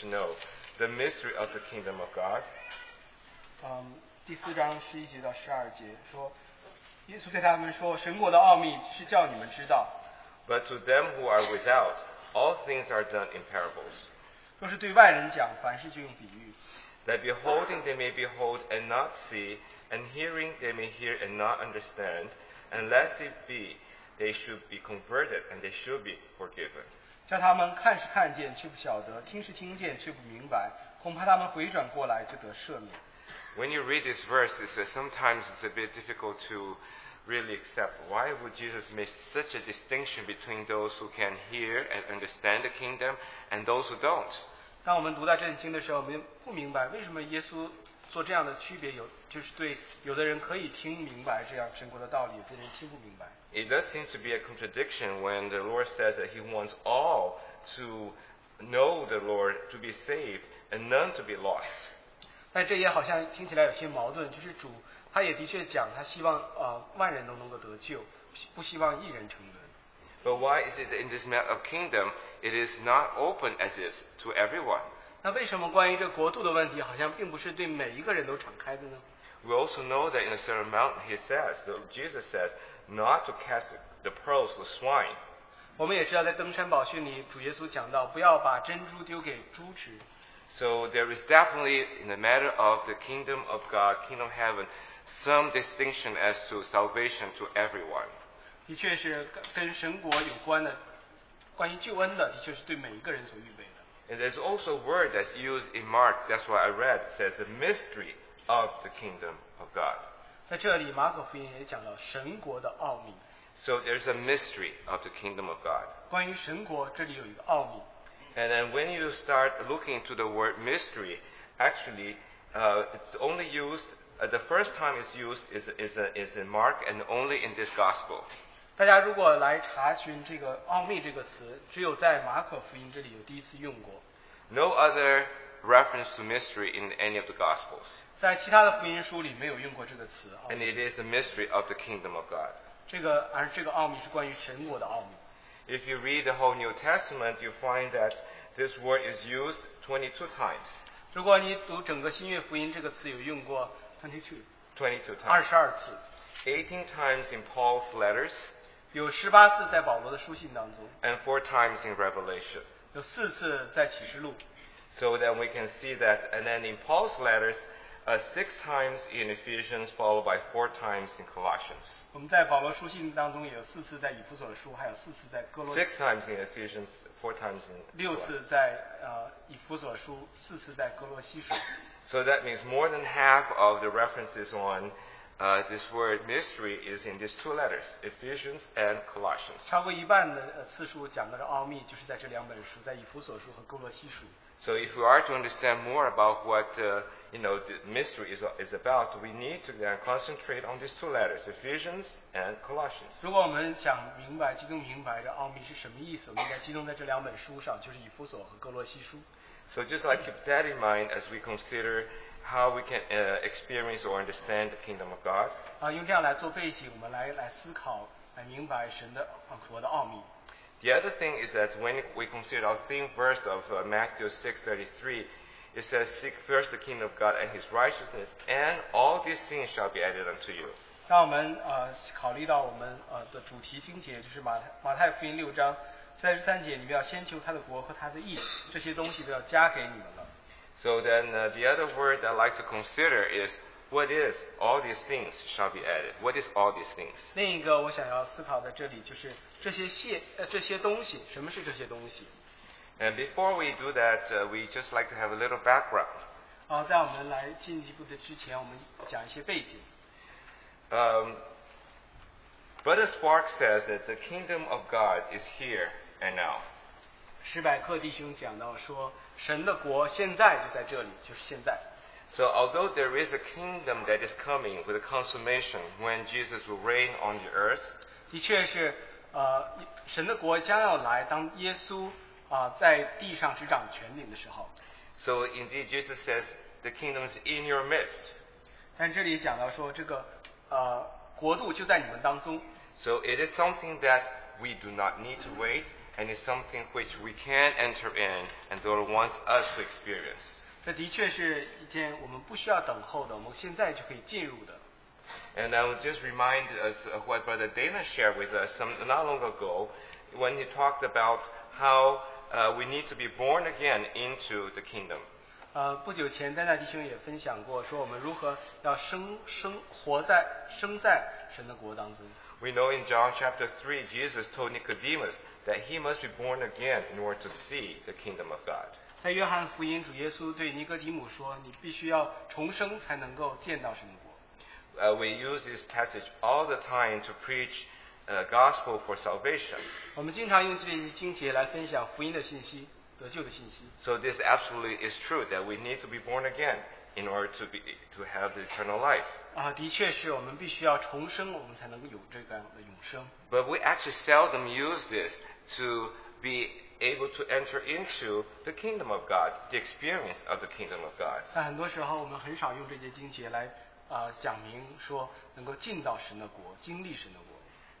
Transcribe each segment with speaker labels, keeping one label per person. Speaker 1: to know the mystery of the kingdom of God,
Speaker 2: 嗯，第四章十一节到十二节说，耶稣对他们说：“神国的奥秘是叫你们知道，
Speaker 1: but to them who are without, all things are done in parables,
Speaker 2: 若是对外人讲，凡事就用比喻，
Speaker 1: that beholding they may behold and not see, and hearing they may hear and not understand, unless it be they should be converted and they should be forgiven.
Speaker 2: 叫他们看是看见，却不晓得；听是听见，却不明白。恐怕他们回转过来，就得赦免。”
Speaker 1: When you read this verse, it says sometimes it's a bit difficult to really accept. Why would Jesus make such a distinction between those who can hear and understand the kingdom and those who don't?
Speaker 2: 当我们读到这经的时候，我们不明白为什么耶稣做这样的区别有，就是对有的人可以听明白这样神国的道理，有的人听不明白。
Speaker 1: It does seem to be a contradiction when the Lord says that He wants all to know the Lord, to be saved, and none to be lost.
Speaker 2: 但这也好像听起来有些矛盾，就是主他也的确讲，他希望呃万人都能够得救，不希望一人成沦。
Speaker 1: But why is it in this matter of kingdom, it is not open as is to everyone?
Speaker 2: 那为什么关于这国度的问题，好像并不是对每一个人都敞开的呢？
Speaker 1: We also know that in a certain mountain, He says, that Jesus says, not to cast the pearls to swine.
Speaker 2: 我们也知道，在登山宝训里，主耶稣讲到，不要把珍珠丢给猪吃。
Speaker 1: So there is definitely, in the matter of the kingdom of God, kingdom of heaven, some distinction as to salvation to everyone.
Speaker 2: 的确是跟跟神国有关的，关于救恩的，的确是对每一个人所预备的。
Speaker 1: And there's also a word that's used in Mark, that's why I read, it says the mystery of the kingdom of God.
Speaker 2: 在这里，马可福音也讲到神国的奥秘。
Speaker 1: So there's a mystery of the kingdom of God.
Speaker 2: 关于神国，这里有一个奥秘，
Speaker 1: And then when you start looking into the word mystery, actually, uh, it's only used, uh, the first time it's used is, is, uh, is in Mark and only in this gospel.
Speaker 2: 大家如果来查询这个“奥秘”这个词，只有在马可福音这里有第一次用过，
Speaker 1: No other reference to mystery in any of the gospels.
Speaker 2: 在其他的福音书里没有用过这个词。奥
Speaker 1: And
Speaker 2: 秘
Speaker 1: it is a mystery of the kingdom of God.
Speaker 2: 这个而这个奥秘是关于神国的奥秘。
Speaker 1: If you read the whole New Testament, you find that this word is used 22 times.
Speaker 2: 如果你读整个新月福音，这个词有用过 twenty two
Speaker 1: 22 times.
Speaker 2: 二十二次，
Speaker 1: 18 times in Paul's letters
Speaker 2: 有十八次在保罗的书信当中，
Speaker 1: and 4 times in Revelation.
Speaker 2: 有四次在启示录。
Speaker 1: So then we can see that, and then in Paul's letters, uh, 6 times in Ephesians, followed by 4 times in Colossians.
Speaker 2: 我们在保罗书信当中也有四次在以弗所书，还有四次在哥罗，
Speaker 1: 6 times in Ephesians, 4 times in
Speaker 2: 六
Speaker 1: Colossians.
Speaker 2: 次在呃以弗所书，四次在哥罗西书。
Speaker 1: So that means more than half of the references on uh, this word mystery is in these two letters, Ephesians and Colossians.
Speaker 2: 超过一半的呃次数讲到的奥秘，就是在这两本书，在以弗所书和哥罗西书。
Speaker 1: So if we are to understand more about what uh, you know the mystery is, is about, we need to then concentrate on these two letters, Ephesians and Colossians.
Speaker 2: 如果我们想明白、集中明白这奥秘是什么意思，我们应该集中在这两本书上，就是以弗所和哥罗西书。
Speaker 1: So just like keep that in mind as we consider how we can uh, experience or understand the kingdom of God.
Speaker 2: 啊，用这样来做背景，我们来来思考、来明白神的呃国的奥秘。
Speaker 1: The other thing is that when we consider our theme verse of uh, Matthew 6:33, it says, "Seek first the kingdom of God and His righteousness, and all these things shall be added unto you."
Speaker 2: 当我们呃考虑到我们呃的主题经节，就是马太马太福音六章三十三节，你们要先求他的国和他的义，这些东西都要加给你们了。
Speaker 1: So then, uh, the other word I like to consider is, "What is all these things shall be added?" What is all these things?
Speaker 2: 另一个我想要思考的这里就是这些谢呃这些东西，什么是这些东西？
Speaker 1: And before we do that, uh, we just like to have a little background.
Speaker 2: 啊，在我们来进一步的之前，我们讲一些背景。
Speaker 1: Um, Brother Spark says that the kingdom of God is here and now.
Speaker 2: 史百克弟兄讲到说，神的国现在就在这里，就是现在。
Speaker 1: So, although there is a kingdom that is coming with a consummation when Jesus will reign on the earth,
Speaker 2: 的确是，呃，神的国将要来，当耶稣啊、在地上执掌权柄的时候。
Speaker 1: so indeed Jesus says the kingdom is in your midst.
Speaker 2: 但这里讲到说，这个呃国度就在你们当中，
Speaker 1: So, it is something that we do not need to wait and it's something which we can enter in, and the Lord wants us to experience.
Speaker 2: 这的确是一件我们不需要等候的，我们现在就可以进入的。
Speaker 1: And I would just remind us of what Brother Dana shared with us some, not long ago when he talked about how uh, we need to be born again into the kingdom.
Speaker 2: 呃，不久前丹娜弟兄也分享过，说我们如何要生生活在生在神的国当中。
Speaker 1: We know in John chapter 3, Jesus told Nicodemus that he must be born again in order to see the kingdom of God.
Speaker 2: 在约翰福音，主耶稣对尼哥底母说：“你必须要重生才能够见到神的国。
Speaker 1: Uh, we use this passage all the time to preach uh, gospel for salvation. ”
Speaker 2: 我们经常用这些经节来分享福音的信息、得救的信息。
Speaker 1: So this absolutely is true that we need to be born again in order to, be, to have the eternal life.
Speaker 2: 啊，的确是我们必须要重生，我们才能够有这个样的永生。
Speaker 1: But we actually seldom use this to be able to enter into the kingdom of God, the experience of the kingdom of God.
Speaker 2: 但很多时候，我们很少用这些经节来啊、讲明说能够进到神的国，经历神的国。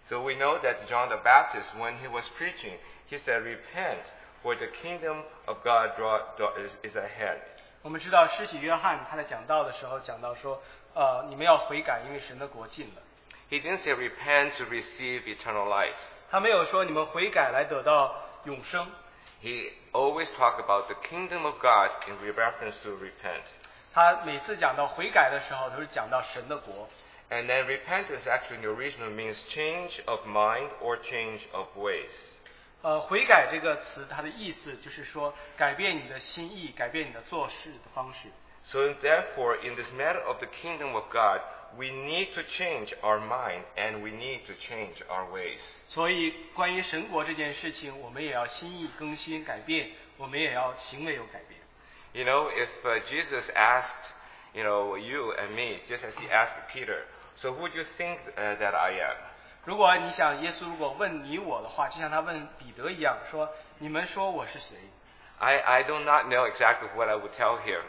Speaker 1: So we know that John the Baptist, when he was preaching, he said, Repent, for the kingdom of God draw, draw, is, is at hand.
Speaker 2: 我们知道施洗约翰他在讲道的时候讲到说，呃，你们要悔改，因为神的国近了。
Speaker 1: He didn't say repent to receive eternal life.
Speaker 2: 他没有说你们悔改来得到永生，
Speaker 1: He always talked about the kingdom of God in reference to repent.
Speaker 2: 他每次讲到悔改的时候，都是讲到神的国。
Speaker 1: And then repentance actually in the original means change of mind or change of ways.
Speaker 2: 呃，悔改这个词，它的意思就是说改变你的心意，改变你的做事的方式。
Speaker 1: So therefore, in this matter of the kingdom of God, we need to change our mind and we need to change our ways.
Speaker 2: 所以，关于神国这件事情，我们也要心意更新、改变，我们也要行为有改变。
Speaker 1: You know, if uh, Jesus asked, you know, you and me, just as he asked Peter, so who do you think uh, that I am?
Speaker 2: 如果你想耶稣如果问你我的话，就像他问彼得一样，说你们说我是谁？
Speaker 1: I, I do not know exactly what I would tell him.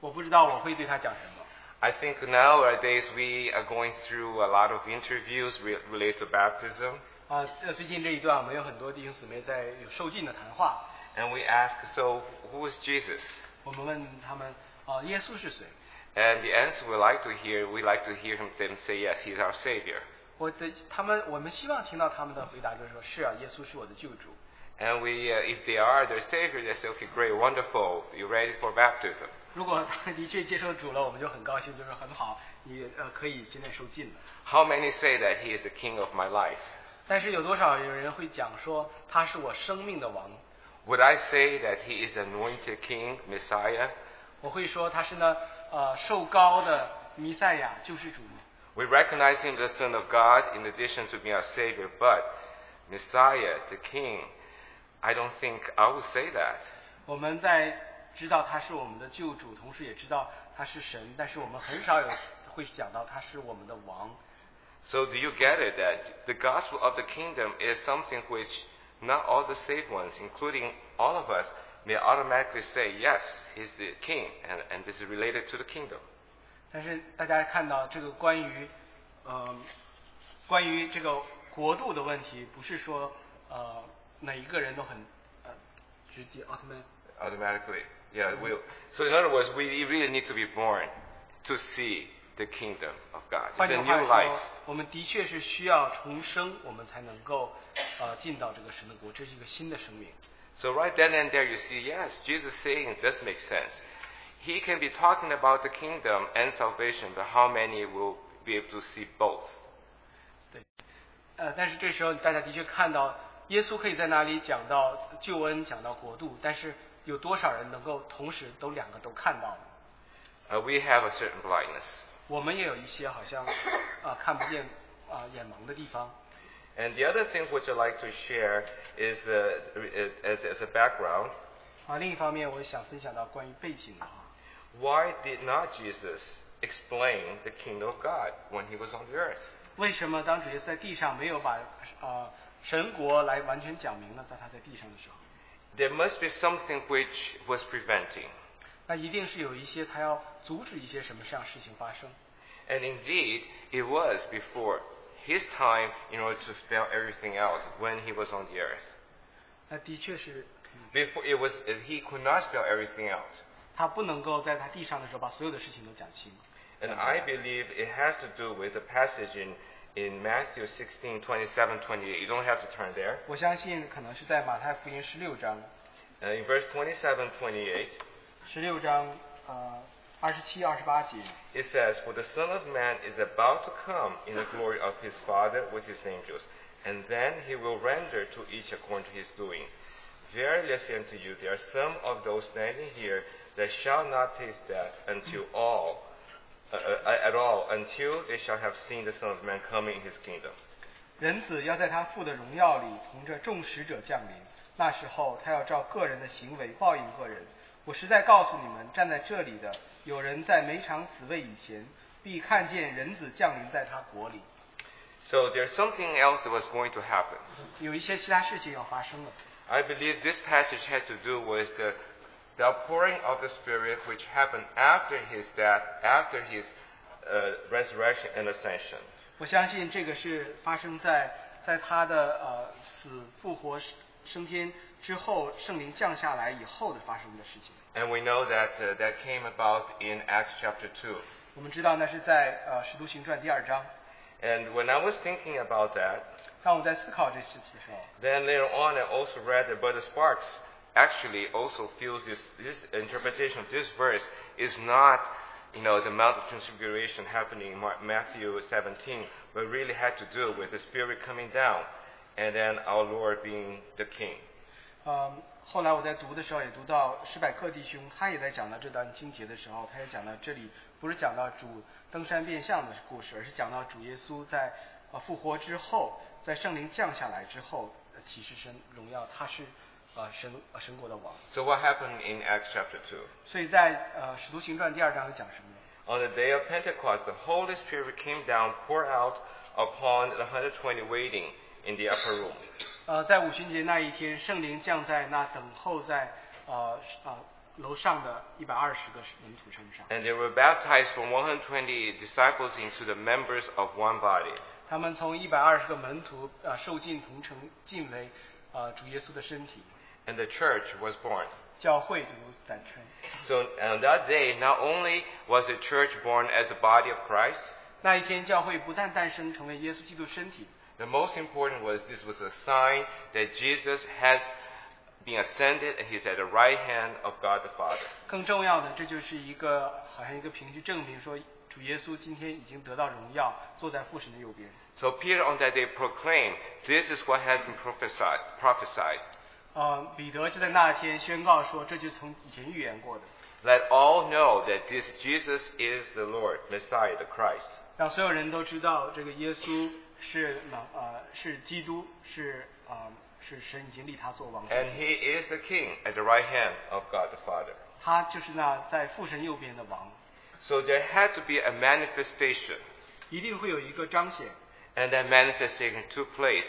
Speaker 2: 我不知道我会对他讲什么。
Speaker 1: I think nowadays we are going through a lot of interviews re- related to baptism,
Speaker 2: 啊，这最近这一段，我们有很多弟兄姊妹在有受尽的谈话。
Speaker 1: and we ask, so who is Jesus?
Speaker 2: 我们问他们，啊，耶稣是谁？
Speaker 1: And the answer we like to hear, we like to hear him, them say, yes, he's our Savior.
Speaker 2: 我的他们，我们希望听到他们的回答，就是说，是啊，耶稣是我的救主。
Speaker 1: And we, uh, if they are their Savior, they say, okay, great, wonderful, you ready for baptism.
Speaker 2: 如果他的确接受主了，我们就很高兴，就说很好，你呃可以现在受尽了。
Speaker 1: How many say that he is the King of my life?
Speaker 2: 但是有多少有人会讲说他是我生命的王？
Speaker 1: Would I say that he is the anointed King, Messiah?
Speaker 2: 我会说他是呢呃受高的弥赛亚救世主。
Speaker 1: We recognize him as the Son of God in addition to being our Savior, but Messiah, the King, I don't think I would say that.
Speaker 2: 我们在知道他是我们的救主，同时也知道他是神，但是我们很少有会讲到他是我们的王。
Speaker 1: So do you get it that the gospel of the kingdom is something which not all the saved ones, including all of us, may automatically say, yes, he's the King, and, and this is related to the kingdom.
Speaker 2: 但是大家看到这个关于，呃，关于这个国度的问题，不是说呃每一个人都很呃直接 a u t o m a t
Speaker 1: automatically. Yeah, it will. So in other words, we really need to be born to see the kingdom of God.
Speaker 2: 换
Speaker 1: It's
Speaker 2: 句
Speaker 1: a new
Speaker 2: 话
Speaker 1: life.
Speaker 2: 说，我们的确是需要重生，我们才能够呃进到这个神的国，这是一个新的生命。
Speaker 1: So right then and there, you see, yes, Jesus saying it does make sense. He can be talking about the kingdom and salvation, but how many will be able to see both?
Speaker 2: 呃，但是这时候大家的确看到，耶稣可以在那里讲到救恩，讲到国度，但是有多少人能够同时都两个都看到呢？
Speaker 1: Uh, we have a certain blindness,
Speaker 2: 我们也有一些好像啊、呃看不见啊、呃眼盲的地方。
Speaker 1: and the other thing which I like to share is uh, uh, as, as a background.
Speaker 2: 啊，另一方面，我想分享到关于背景的啊哈。
Speaker 1: Why did not Jesus explain the kingdom of God when he was on the earth?
Speaker 2: 为什么当主耶稣在地上没有把呃神国来完全讲明呢？在他在地上的时候，
Speaker 1: There must be something which was preventing.
Speaker 2: 那一定是有一些他要阻止一些什么样事情发生。
Speaker 1: And indeed, it was before his time in order to spell everything out when he was on the earth.
Speaker 2: 那的确是，
Speaker 1: Before it was he could not spell everything out.
Speaker 2: 他不能够在他地上的时候把所有的事情都讲清。
Speaker 1: And I believe it has to do with the passage in, in Matthew 16, 27, 28. You don't have to turn there.
Speaker 2: 我相信可能是在马太福音十六章，
Speaker 1: Uh, in verse 27, 28,
Speaker 2: 十六章呃二十七、二十八节，
Speaker 1: it says, For the Son of Man is about to come in the glory of his Father with his angels, and then he will render to each according to his doing. Verily I say unto you, there are some of those standing here that shall not taste death until all, uh, uh, at all, until they shall have seen the Son of Man coming in his kingdom.
Speaker 2: 人子要在他父的荣耀里同着众使者降临，那时候他要照个人的行为报应个人。我实在告诉你们，站在这里的有人在每场死位以前，必看见人子降临在他国里。
Speaker 1: So there's something else that was going to happen.
Speaker 2: 有一些其他事情要发生了。
Speaker 1: I believe this passage had to do with the, the outpouring of the Spirit which happened after his death, after his uh, resurrection and ascension.
Speaker 2: 我相信这个是发生在在他的呃死复活升天之后，圣灵降下来以后的发生的事情。
Speaker 1: And we know that uh, that came about in Acts chapter 2.
Speaker 2: 我们知道那是在呃《使徒行传》第二章。
Speaker 1: And when I was thinking about that,
Speaker 2: 当我在思考这些词的时候，
Speaker 1: then later on I also read that Brother Sparks actually also feels this, this interpretation of this verse is not, you know, the Mount of Transfiguration happening in Mar- Matthew 17, but really had to do with the Spirit coming down and then our Lord being the King.
Speaker 2: 呃，后来我在读的时候也读到施百克弟兄，他也在讲到这段经节的时候，他也讲到这里不是讲到主登山变相的故事，而是讲到主耶稣在呃复活之后，在圣灵降下来之后，呃启示神荣耀，他是呃神呃神国的王。
Speaker 1: So what happened in Acts chapter 2?
Speaker 2: 所以在呃《使徒行传》第二章有讲什么呢？
Speaker 1: On the day of Pentecost, the Holy Spirit came down, poured out upon the 120 waiting in the upper room.
Speaker 2: 呃，在五旬节那一天，圣灵降在那等候在呃呃楼上的一百二十个门徒身上，
Speaker 1: And they were baptized from 120 disciples into the members of one body.
Speaker 2: 他们从一百二十个门徒呃受尽同城尽为呃主耶稣的身体，
Speaker 1: And the church was born.
Speaker 2: 教会就如此诞生。
Speaker 1: So on that day, not only was the church born as the body of Christ,
Speaker 2: 那一天，教会不但诞生成为耶稣基督身体，
Speaker 1: the most important was this was a sign that Jesus has been ascended and he's at the right hand of God the Father.
Speaker 2: 更重要的，这就是一个好像一个凭据证明说主耶稣今天已经得到荣耀，坐在父神的右边。
Speaker 1: So Peter on that day proclaimed, this is what has been prophesied. prophesied.
Speaker 2: 呃，彼得就在那天宣告说，这就从以前预言过的，
Speaker 1: Let all know that this Jesus is the Lord, Messiah, the Christ.
Speaker 2: 让所有人都知道这个耶稣是马呃是基督，是呃是神已经立他做王，
Speaker 1: And he is the King at the right hand of God the Father.
Speaker 2: 他就是那在父神右边的王，
Speaker 1: So there had to be a manifestation.
Speaker 2: 一定会有一个彰显，
Speaker 1: And that manifestation took place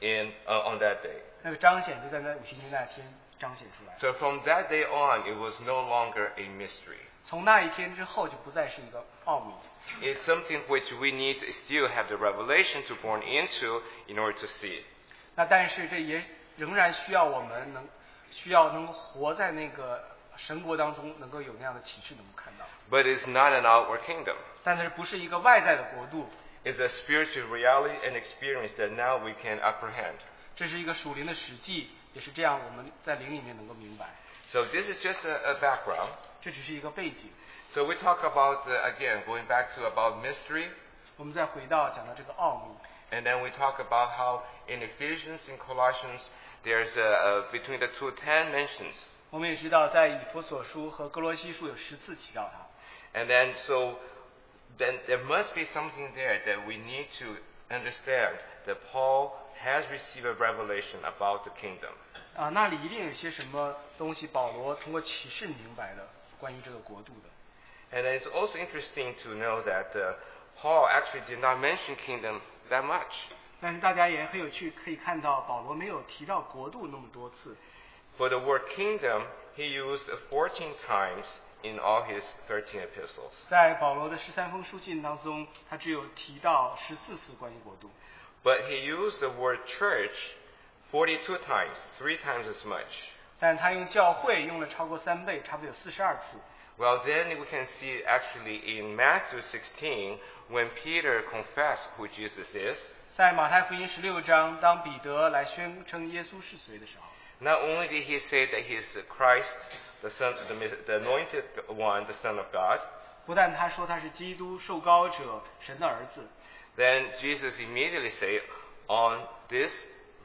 Speaker 1: in, uh, on that day.
Speaker 2: 那个彰显就在那五旬节那天彰显出来。
Speaker 1: So from that day on, it was no longer a mystery.
Speaker 2: 从那一天之后，就不再是一个奥秘，
Speaker 1: It's something which we need to still have the revelation to born into in order to see.
Speaker 2: 那但是这也仍然需要我们能需要能够活在那个神国当中，能够有那样的启示，能够看到。
Speaker 1: But it's not an outward kingdom.
Speaker 2: 但是不是一个外在的国度，
Speaker 1: It's a spiritual reality and experience that now we can apprehend.
Speaker 2: 这是一个属灵的实际，也是这样我们在灵里面能够明白。
Speaker 1: So this is just a, a background.
Speaker 2: 这只是一个背景。
Speaker 1: So we talk about, uh, again, going back to about mystery.
Speaker 2: 我们再回到讲到这个奥秘，
Speaker 1: And then we talk about how in Ephesians and Colossians, there's uh, uh, between the two ten mentions.
Speaker 2: 我们也知道在以弗所书和哥罗西书有十次提到它。
Speaker 1: And then so then there must be something there that we need to understand that Paul has received a revelation about the kingdom.
Speaker 2: 啊，那里一定有些什么东西，保罗通过启示明白的，关于这个国度的。
Speaker 1: And then it's also interesting to know that uh, Paul actually did not mention kingdom that much.
Speaker 2: 但是大家也很有趣，可以看到保罗没有提到国度那么多次，
Speaker 1: For the word kingdom, he used 14 times in all his 13 epistles.
Speaker 2: 在保罗的十三封书信当中，他只有提到十四次关于国度，
Speaker 1: But he used the word church 42 times, three times as much.
Speaker 2: 但他用教会用了超过三倍，差不多有四十二次。
Speaker 1: Well, then we can see actually in Matthew 16 when Peter confessed who Jesus is,
Speaker 2: 在马太福音十六章，当彼得来宣称耶稣是谁的时候，
Speaker 1: not only did he say that he is the Christ, the Son, the, mis- the Anointed One, the Son of God,
Speaker 2: 不但他说他是基督受膏者、神的儿子，
Speaker 1: then Jesus immediately said, "On this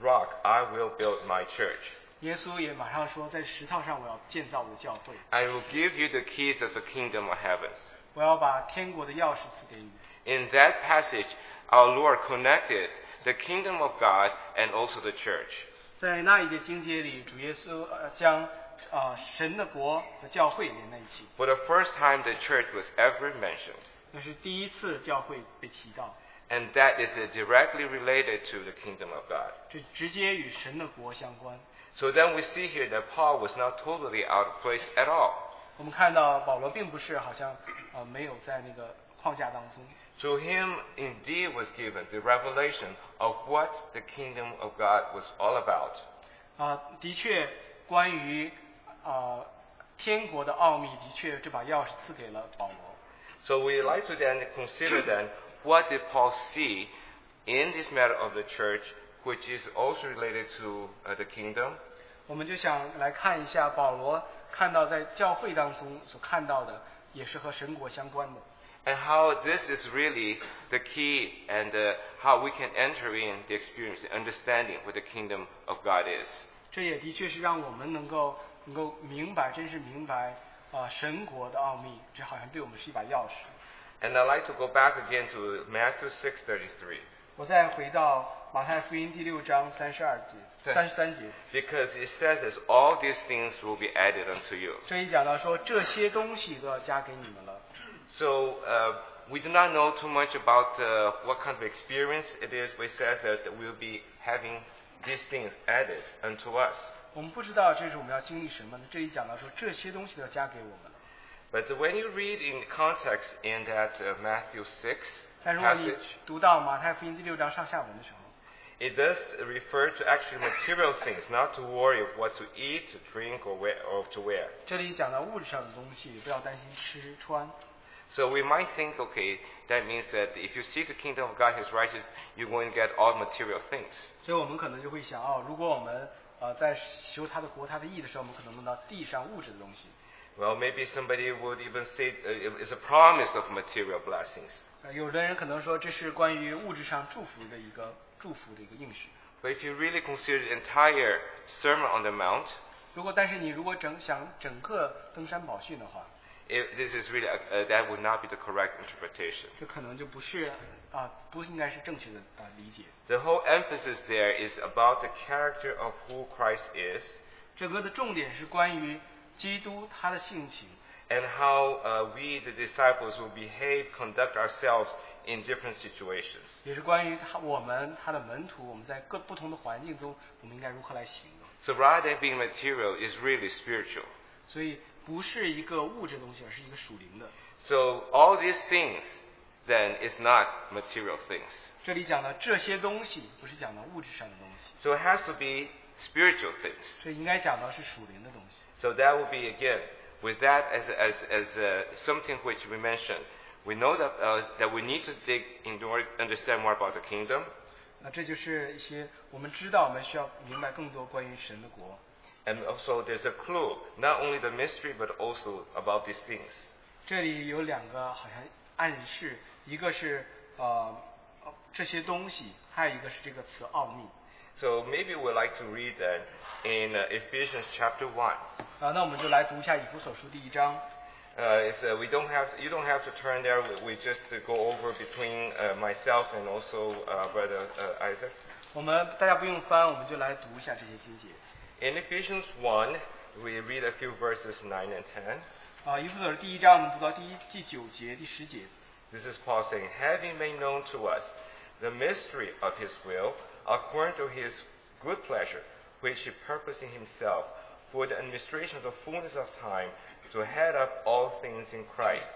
Speaker 1: rock I will build my church.
Speaker 2: 耶稣也马上说，在石头上我要建造我的教会，
Speaker 1: I will give you the keys of the kingdom of heaven."
Speaker 2: 我要把天国的钥匙赐给你。
Speaker 1: In that passage, our Lord connected the kingdom of God and also the church.
Speaker 2: 在那一个经节里，主耶稣呃将呃神的国和教会连在一起，
Speaker 1: For the first time, the church was ever mentioned,
Speaker 2: 那是第一次教会被提到，
Speaker 1: and that is directly related to the kingdom of God.
Speaker 2: 这直接与神的国相关。
Speaker 1: So then we see here that Paul was not totally out of place at all.
Speaker 2: 我们看到保罗并不是好像呃没有在那个框架当中，
Speaker 1: To him indeed was given the revelation of what the kingdom of God was all about.
Speaker 2: 啊、的确，关于呃天国的奥秘，的确这把钥匙赐给了保罗。
Speaker 1: So we like to then consider then what did Paul see in this matter of the church, which is also related to uh, the kingdom.
Speaker 2: 我们就想来看一下保罗看到在教会当中所看到的，也是和神国相关的。
Speaker 1: and how this is really the key and uh, how we can enter in the experience, the understanding what the kingdom of God is.
Speaker 2: 这也的确是让我们能够能够明白，真是明白啊、神国的奥秘。这好像对我们是一把钥匙。
Speaker 1: And I'd like to go back again to Matthew 6:33
Speaker 2: 我再回到马太福音第六章三十二节、
Speaker 1: 对
Speaker 2: 三十三节
Speaker 1: because it says that all these things will be added unto you.
Speaker 2: 这一讲到说，这些东西都要加给你们了。
Speaker 1: So uh, we do not know too much about uh, what kind of experience it is, but it says that we'll be having these things added unto us.
Speaker 2: 我们不知道这是我们要经历什么呢？这一讲到说，这些东西都要加给我们了。
Speaker 1: But when you read in context in that uh, Matthew 6
Speaker 2: 但如果你
Speaker 1: passage,
Speaker 2: 读到马太福音第六章上下文的时候，
Speaker 1: It does refer to actually material things, not to worry of what to eat, to drink, or, wear, or to wear.
Speaker 2: 这里讲到物质上的东西，不要担心吃穿。
Speaker 1: So we might think, okay, that means that if you seek the kingdom of God, His righteousness, you're going to get all material things.
Speaker 2: 所以我们可能就会想哦，如果我们呃在求他的国、他的义的时候，我们可能梦到地上物质的东西。
Speaker 1: Well, maybe somebody would even say uh, it- it's a promise of material blessings.
Speaker 2: 呃，有的人可能说这是关于物质上祝福的一个祝福的一个应许。
Speaker 1: But if you really consider the entire Sermon on the Mount,
Speaker 2: 如果但是你如果整想整个登山宝训的话，
Speaker 1: it, this is really uh, that would not be the correct interpretation.
Speaker 2: 这可能就不是啊、不应该是正确的啊、理解。
Speaker 1: The whole emphasis there is about the character of who Christ is
Speaker 2: 整个的重点是关于基督他的性情，
Speaker 1: and how uh, we, the disciples, will behave, conduct ourselves in different situations.
Speaker 2: 也是关于他我们他的门徒，我们在各不同的环境中，我们应该如何来行动。
Speaker 1: So rather than being material, is really spiritual.
Speaker 2: 所以不是一个物质的东西，而是一个属灵的。
Speaker 1: So all these things, then, is not material things.
Speaker 2: 这里讲的这些东西，不是讲的物质上的东西，
Speaker 1: So it has to be spiritual things.
Speaker 2: 所以应该讲到是属灵的东西。
Speaker 1: So that will be again with that as as as uh, something which we mentioned. We know that uh, that we need to dig in order to understand more about the kingdom,
Speaker 2: 那这就是一些我们知道，我们需要明白更多关于神的国。
Speaker 1: and also there's a clue not only the mystery but also about these things.
Speaker 2: 这里有两个好像暗示，一个是呃呃这些东西，还有一个是这个词奥秘。
Speaker 1: So maybe we'd like to read that in uh, Ephesians chapter 1.
Speaker 2: 啊，那我们就来读一下以弗所书第一章。
Speaker 1: Uh, it's, uh, we don't have, you don't have to turn there. We, we just uh, go over between uh, myself and also uh, Brother uh, Isaac.
Speaker 2: 我们大家不用翻，我们就来读一下这些经节。
Speaker 1: In Ephesians 1, we read a few verses 9 and 10.
Speaker 2: 啊，以弗所书第一章，我们读到第一第九节、第十节。
Speaker 1: This is Paul saying, having made known to us the mystery of his will, according to his good pleasure, which he purposed in himself for the administration of the fullness of time to head up all things in Christ,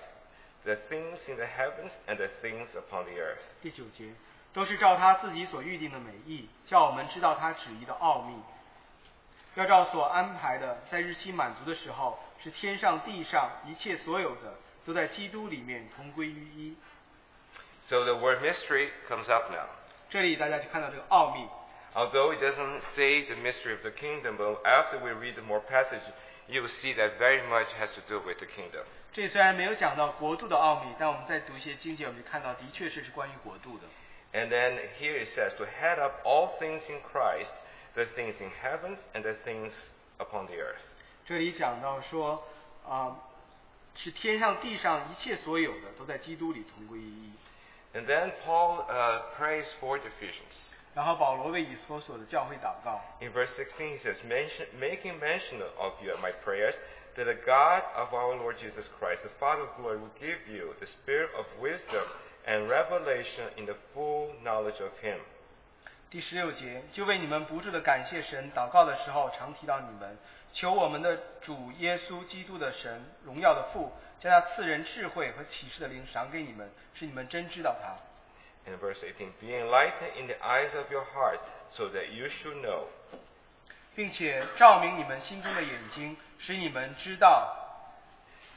Speaker 1: the things in the heavens and the things upon the earth.
Speaker 2: 第九节，都是照他自己所预定的美意，叫我们知道他旨意的奥秘。要照所安排的，在日期满足的时候，是天上地上一切所有的，都在基督里面同归于一。
Speaker 1: So the word mystery comes up now.
Speaker 2: 这里大家就看到这个奥秘，
Speaker 1: Although it doesn't say the mystery of the kingdom, but after we read the more passage, you will see that very much has to do with the kingdom.
Speaker 2: 这里虽然没有讲到国度的奥秘，但我们在读一些经节，我们就看到的确是是关于国度的。
Speaker 1: And then here it says to head up all things in Christ, the things in heaven and the things upon the earth.
Speaker 2: 这里讲到说，啊、是天上地上一切所有的都在基督里同归于一。
Speaker 1: And then Paul uh, prays for the Ephesians.
Speaker 2: 然后保罗为以所所的教会祷告，
Speaker 1: In verse 16, he says, mention, making mention of you at my prayers, that the God of our Lord Jesus Christ, the Father of glory, will give you the spirit of wisdom and revelation in the full knowledge of him.
Speaker 2: 第十六节，就为你们不住的感谢神，祷告的时候常提到你们，求我们的主耶稣基督的神，荣耀的父，将他赐人智慧和启示的灵赏给你们，使你们真知道他。
Speaker 1: In verse 18, be enlightened in the eyes of your heart, so that you should know.
Speaker 2: 并且照明你们心中的眼睛，使你们知道。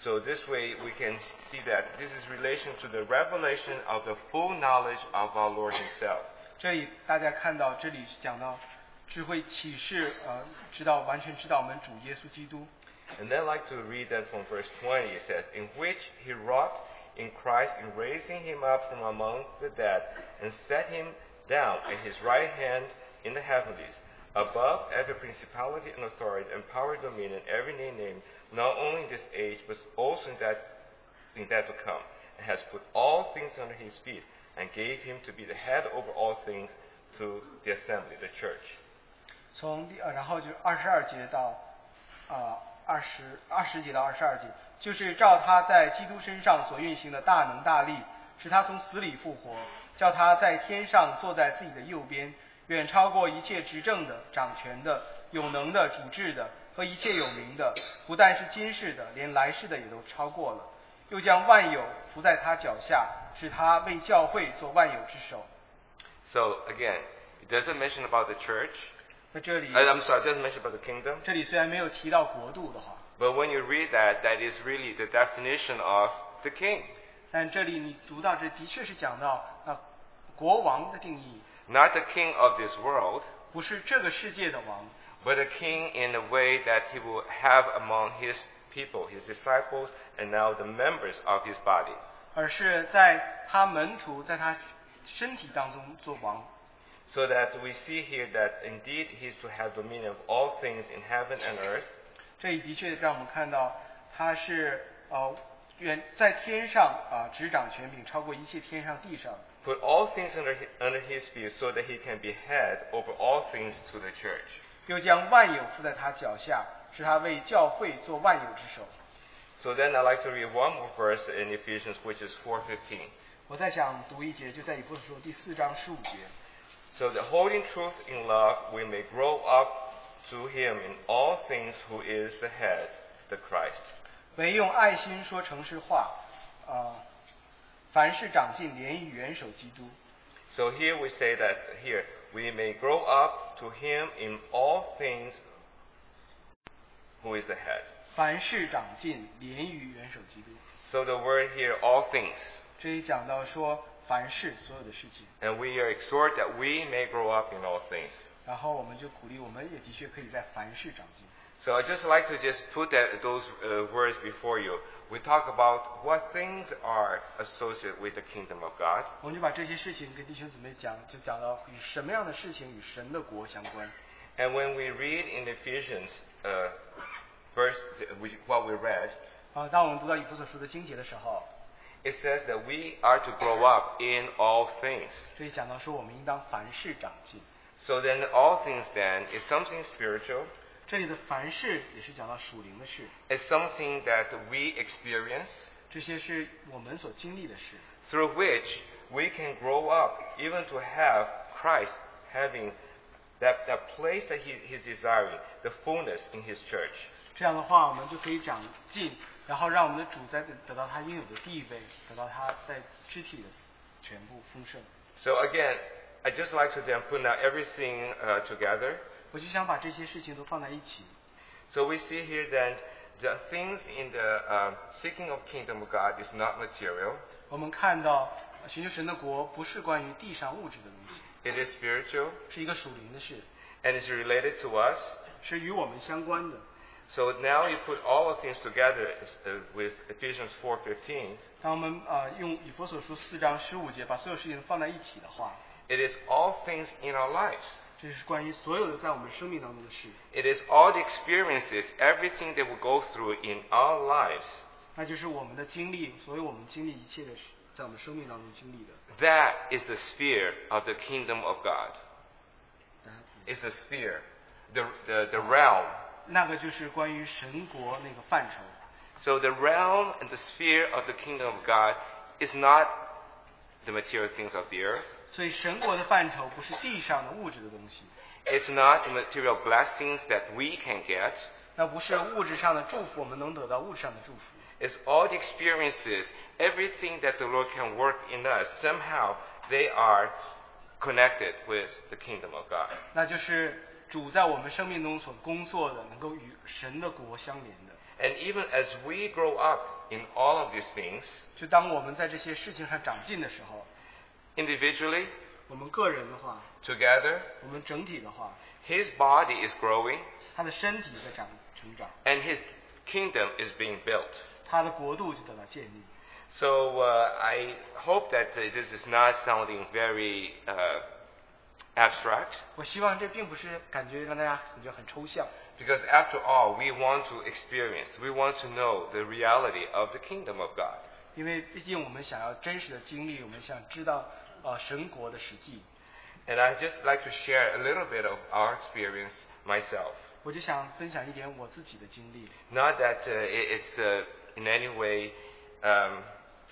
Speaker 1: So this way we can see that this is relation to the revelation of the full knowledge of our Lord himself.
Speaker 2: 这里大家看到，这里是讲到智慧启示，呃，知道完全知道我们主耶稣基督。
Speaker 1: And then I'd like to read that from verse 20. It says, In which he wrought in Christ in raising him up from among the dead and set him down at his right hand in the heavenlies, above every principality and authority and power and dominion, every name named, not only in this age, but also in that, in that to come, and has put all things under his feet, and gave him to be the head over all things to the assembly, the church.
Speaker 2: 从第呃，然后就是二十二节到啊二十二十节到二十二节，就是照他在基督身上所运行的大能大力，使他从死里复活，叫他在天上坐在自己的右边，远超过一切执政的、掌权的、有能的、主治的和一切有名的，不但是今世的，连来世的也都超过了。又将万有伏在他脚下，使他为教会做万有之首。
Speaker 1: So again, it doesn't mention about the church.
Speaker 2: 在这里
Speaker 1: Uh,，I'm sorry, it doesn't mention about the kingdom.
Speaker 2: 这里虽然没有提到国度的话，
Speaker 1: But when you read that, that is really the definition of the king.
Speaker 2: 但这里你读到这的确是讲到呃国王的定义，
Speaker 1: Not the king of this world,
Speaker 2: 不是这个世界的王，
Speaker 1: but a king in the way that he will have among his people, his disciples, and now the members of his body.
Speaker 2: 而是在他门徒在他身体当中做王。
Speaker 1: So that we see here that indeed he is to have dominion of all things in heaven and earth,
Speaker 2: 这里的确让我们看到他是呃远在天上啊、执掌权柄，超过一切天上地上。
Speaker 1: put all things under his, under his feet so that he can be head over all things to the church.
Speaker 2: 又将万有伏在他脚下，使他为教会做万有之首。
Speaker 1: So then I'd like to read one more verse in Ephesians, which is 415.
Speaker 2: 我在想读一节，就在以弗所书第四章十五节。
Speaker 1: So that holding truth in love, we may grow up to Him in all things who is the head, the Christ.
Speaker 2: 唯用爱心说诚实话，呃，凡事长进，连于元首基督。
Speaker 1: So here we say that here we may grow up to Him in all things who is the head.
Speaker 2: 凡事长进，连于元首基督。
Speaker 1: So the word here, all things,
Speaker 2: 这里讲到说，凡事所有的事情，
Speaker 1: and we are exhorted that we may grow up in all things.
Speaker 2: 然后我们就鼓励，我们也的确可以在凡事长进。
Speaker 1: So I just like to just put that, those uh, words before you. We talk about what things are associated with the kingdom of God.
Speaker 2: 我们就把这些事情跟弟兄姊妹讲，就讲到与什么样的事情与神的国相关。
Speaker 1: And when we read in Ephesians, uh, verse which, what we read,
Speaker 2: 啊，当我们读到以弗所书的经节的时候，
Speaker 1: it says that we are to grow up in all things.
Speaker 2: 这里讲到说，我们应当凡事长进。
Speaker 1: So then, all things then is something spiritual.
Speaker 2: 这里的凡事也是讲到属灵的事，
Speaker 1: It's something that we experience
Speaker 2: 这些是我们所经历的事。
Speaker 1: through which we can grow up, even to have Christ having that, that place that he, He's desiring, the fullness in His church.
Speaker 2: 这样的话，我们就可以长进，然后让我们的主在得到他应有的地位，得到他在肢体的全部丰盛。
Speaker 1: So again, I just like to then put now everything uh, together.
Speaker 2: 我就想把这些事情都放在一起。
Speaker 1: So we see here that the things in the um, seeking of kingdom of God is not material.
Speaker 2: 我们看到呃寻求神的国不是关于地上物质的东西，
Speaker 1: It is spiritual
Speaker 2: 是一个属灵的事，
Speaker 1: and is related to us.
Speaker 2: 是与我们相关的。
Speaker 1: So now you put all of things together uh, with Ephesians 4:15.
Speaker 2: 当我们呃用以佛所书四章十五节把所有事情放在一起的话，
Speaker 1: It is all things in our lives.
Speaker 2: 这是关于所有的在我们生命当中的事，
Speaker 1: It is all the experiences, everything that we go through in our lives.
Speaker 2: 那就是我们的经历，所有我们经历一切的事，在我们生命当中经历的。
Speaker 1: That is the sphere of the kingdom of God. It's the sphere, the, the, the realm.
Speaker 2: 那个就是关于神国那个范畴。
Speaker 1: So the realm and the sphere of the kingdom of God is not the material things of the earth.
Speaker 2: 所以神国的范畴不是地上的物质的东西，
Speaker 1: It's not the material blessings that we can get.
Speaker 2: 那不是物质上的祝福，我们能得到物质上的祝福。
Speaker 1: It's all the experiences, everything that the Lord can work in us. Somehow they are connected with the kingdom of God.
Speaker 2: 那就是主在我们生命中所工作的，能够与神的国相连的。
Speaker 1: And even as we grow up in all of these things,
Speaker 2: 就当我们在这些事情上长进的时候，
Speaker 1: individually,
Speaker 2: 我们个人的话，
Speaker 1: together,
Speaker 2: 我们整体的话，
Speaker 1: his body is growing
Speaker 2: 他的身体在长成长，
Speaker 1: and his kingdom is being built.
Speaker 2: 他的国度就得到建立。
Speaker 1: So uh, I hope that uh, this is not sounding very uh, abstract,
Speaker 2: 我希望这并不是感觉让大家感觉很抽象，
Speaker 1: because after all, we want to experience, we want to know the reality of the kingdom of God.
Speaker 2: 因为毕竟我们想要真实的经历，我们想知道呃神国的实际。
Speaker 1: And I'd just like to share a little bit of our experience myself.
Speaker 2: 我就想分享一点我自己的经历，
Speaker 1: Not that uh, it, it's uh, in any way um,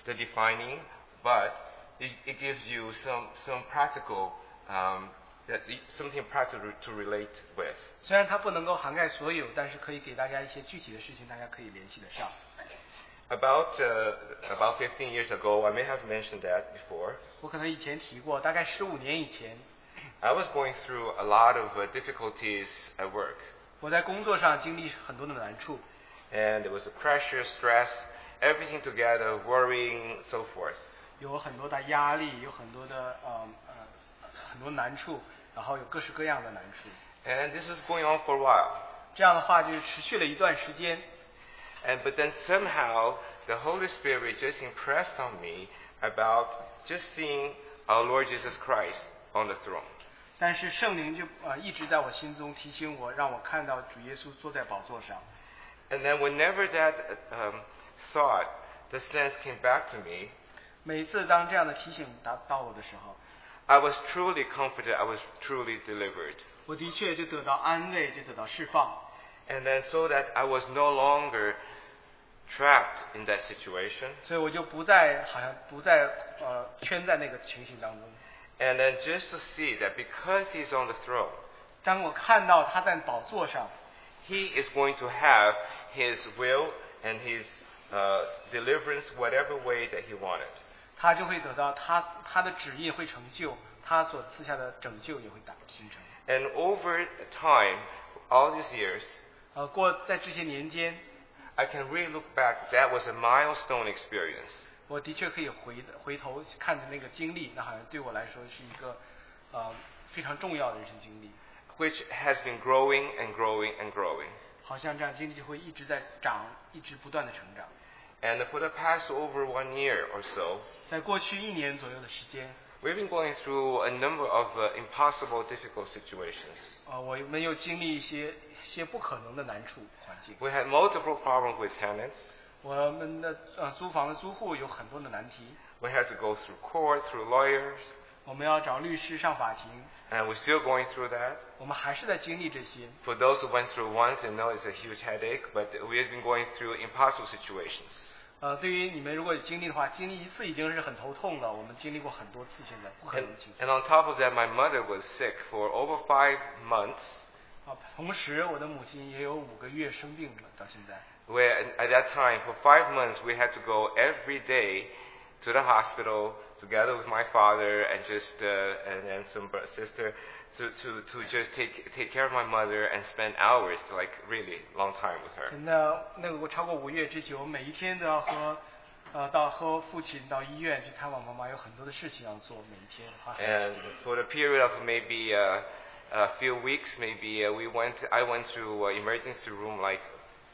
Speaker 1: the defining, but it, it gives you some, some practical, um, that, something practical to relate with.
Speaker 2: 虽然它不能够涵盖所有，但是可以给大家一些具体的事情，大家可以联系得上。
Speaker 1: About uh, about 15 years ago, I may have mentioned that before.
Speaker 2: 我可能以前提过，大概十五年以前，
Speaker 1: I was going through a lot of uh, difficulties at work,
Speaker 2: 我在工作上经历很多的难处，
Speaker 1: and there was a pressure, stress, everything together, worrying, so forth.
Speaker 2: 有很多的压力，有很多的呃呃很多难处，然后有各式各样的难处。
Speaker 1: And this was going on for a while.
Speaker 2: 这样的话就是持续了一段时间，
Speaker 1: And but then somehow the Holy Spirit just impressed on me about just seeing our Lord Jesus Christ on the throne.
Speaker 2: 但是圣灵就呃一直在我心中提醒我，让我看到主耶稣坐在宝座上。
Speaker 1: And then whenever that um, thought, the sense came back to me,
Speaker 2: 每次当这样的提醒达到我的时候，
Speaker 1: I was truly comforted. I was truly delivered.
Speaker 2: 我的确就得到安慰，就得到释放。
Speaker 1: And then so that I was no longer trapped in that situation.
Speaker 2: 所以我就不再好像不再呃圈在那个情形当中。
Speaker 1: And then just to see that because he's on the throne,
Speaker 2: 当我看到他在宝座上，
Speaker 1: he is going to have his will and his uh, deliverance whatever way that he wanted.
Speaker 2: 他就会得到他他的旨意会成就，他所赐下的拯救也会达形成。
Speaker 1: And over time, all these years,
Speaker 2: 呃，过在这些年间，
Speaker 1: I can really look back. That was a milestone experience.
Speaker 2: 我的确可以回回头看着那个经历，那好像对我来说是一个呃非常重要的人生经历。
Speaker 1: Which has been growing and growing and growing.
Speaker 2: 好像这样经历就会一直在长，一直不断的成长。
Speaker 1: And for the past over one year or so,
Speaker 2: 在过去一年左右的时间，
Speaker 1: We've been going through a number of uh, impossible, difficult situations.
Speaker 2: 呃，我们又经历一些一些不可能的难处环境。
Speaker 1: We had multiple problems with tenants.
Speaker 2: 我们的呃租房的租户有很多的难题，
Speaker 1: We had to go through court, through lawyers,
Speaker 2: 我们要找律师上法庭，
Speaker 1: and we're still going through that.
Speaker 2: 我们还是在经历这些。
Speaker 1: For those who went through once, they know it's a huge headache, but we have been going through impossible situations.
Speaker 2: 呃，对于你们如果有经历的话，经历一次已经是很头痛了。我们经历过很多次现在不可
Speaker 1: And,
Speaker 2: 能的情形
Speaker 1: and on top of that, my mother was sick for over five months,
Speaker 2: 啊。同时，我的母亲也有五个月生病了，到现在。
Speaker 1: where at that time, for five months, we had to go every day to the hospital together with my father and just uh, and, and some bro- sister to, to, to just take take care of my mother and spend hours like really long time with her.
Speaker 2: 那那个我超过五月之久，每一天都要和呃到和父亲到医院去探望妈妈，有很多的事情要做，每一天花很多
Speaker 1: And
Speaker 2: 时间。
Speaker 1: for the period of maybe uh, a few weeks, maybe uh, we went I went to uh, emergency room like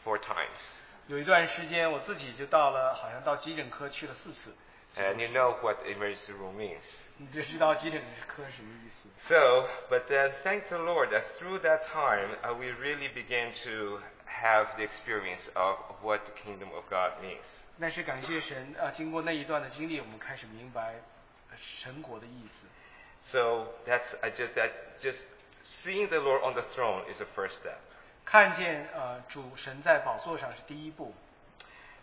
Speaker 1: four times.
Speaker 2: 有一段时间我自己就到了，好像到急诊科去了四次。
Speaker 1: And you know what emergency room means.
Speaker 2: 你就知道急诊科什么意思。
Speaker 1: So, but uh, thank the Lord that through that time uh, we really began to have the experience of what the kingdom of God means.
Speaker 2: 但是感谢神啊、呃经过那一段的经历，我们开始明白呃神国的意思。
Speaker 1: So that's I just that just seeing the Lord on the throne is the first step,
Speaker 2: 看见呃主神在宝座上是第一步，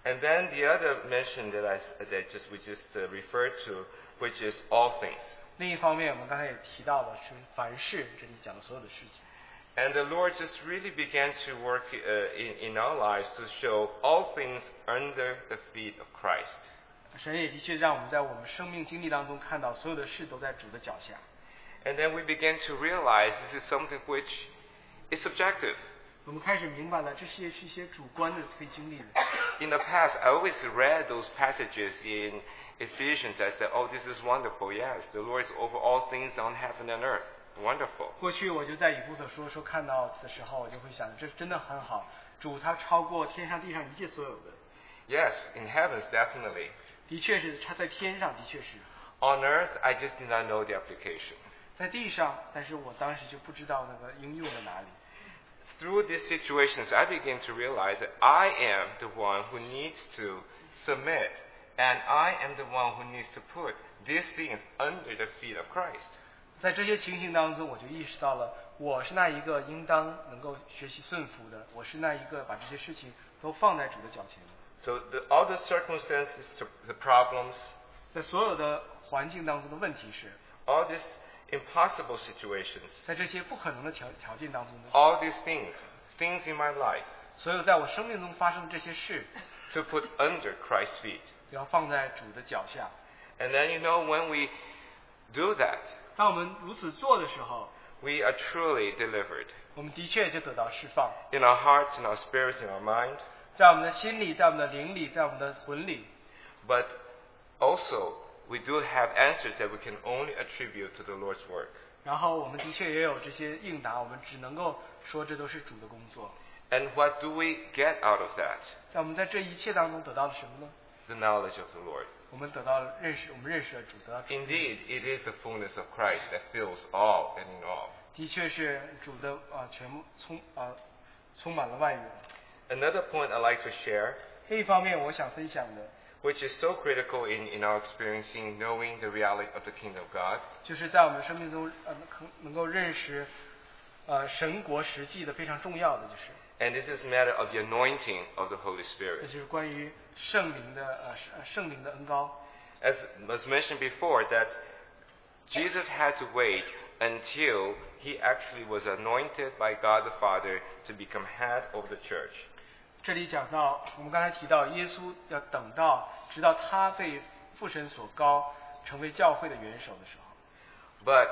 Speaker 1: and then the other mention that I that just we just uh, referred to, which is all things.
Speaker 2: 另一方面我们刚才也提到了是凡事这里讲的所有的事情。
Speaker 1: And the Lord just really began to work uh, in, in our lives to show all things under the feet of Christ.
Speaker 2: 神也的确让我们在我们生命经历当中看到，所有的事都在主的脚下。
Speaker 1: And then we begin to realize this is something which is subjective.
Speaker 2: 我们开始明白了，这些是一些主观的非经历的。
Speaker 1: In the past, I always read those passages in Ephesians. I said, oh, this is wonderful. Yes, the Lord is over all things on heaven and earth. Wonderful.
Speaker 2: 过去我就在以弗所说说看到的时候，我就会想，这真的很好，主他超过天上地上一切所有的，
Speaker 1: Yes, in heavens, definitely.
Speaker 2: 的确是他在天上，的确是
Speaker 1: On earth, I just did not know the application.
Speaker 2: 在地上，但是我当时就不知道那个应用在哪里。
Speaker 1: Through these situations, I began to realize that I am the one who needs to submit, and I am the one who needs to put these things under the feet of Christ.
Speaker 2: 在这些情形当中，我就意识到了，我是那一个应当能够学习顺服的，我是那一个把这些事情都放在主的脚前的。
Speaker 1: So the, all the circumstances, to, the problems,
Speaker 2: 在所有的环境当中的问题是，
Speaker 1: all these impossible situations,
Speaker 2: 在这些不可能的条条件当中呢，
Speaker 1: all these things, things in my life,
Speaker 2: 所有在我生命中发生的这些事，
Speaker 1: to put under Christ's feet.
Speaker 2: 都要放在主的脚下。
Speaker 1: And then you know when we do that,
Speaker 2: 当我们如此做的时候，
Speaker 1: we are truly delivered
Speaker 2: 我们的确就得到释放，
Speaker 1: in our hearts, in our spirits, in our mind,
Speaker 2: 在我们的心里，在我们的灵里，在我们的魂里，
Speaker 1: but also we do have answers that we can only attribute to the Lord's work.
Speaker 2: 然后我们的确也有这些应答，我们只能够说这都是主的工作。
Speaker 1: And what do we get out of that?
Speaker 2: 在我们在这一切当中得到了什么呢？
Speaker 1: The knowledge of the Lord.
Speaker 2: 我们得到了认识，我们认识了主，得到主，
Speaker 1: Indeed, it is the fullness of Christ that fills all and in all.
Speaker 2: 的确是主的啊、呃全部充啊、充满了万有。
Speaker 1: Another point I'd like to share,
Speaker 2: 另一方面，我想分享的
Speaker 1: which is so critical in, in our experiencing knowing the reality of the kingdom of God,
Speaker 2: 就是在我们生命中呃能能够认识呃神国实际的非常重要的就是，
Speaker 1: and this is a matter of the anointing of the Holy
Speaker 2: 那
Speaker 1: Spirit.
Speaker 2: 就是关于圣灵的呃圣呃圣灵的恩高。
Speaker 1: As was mentioned before, that Jesus had to wait until he actually was anointed by God the Father to become head of the church.
Speaker 2: 这里讲到，我们刚才提到，耶稣要等到直到他被父神所高，成为教会的元首的时候。
Speaker 1: But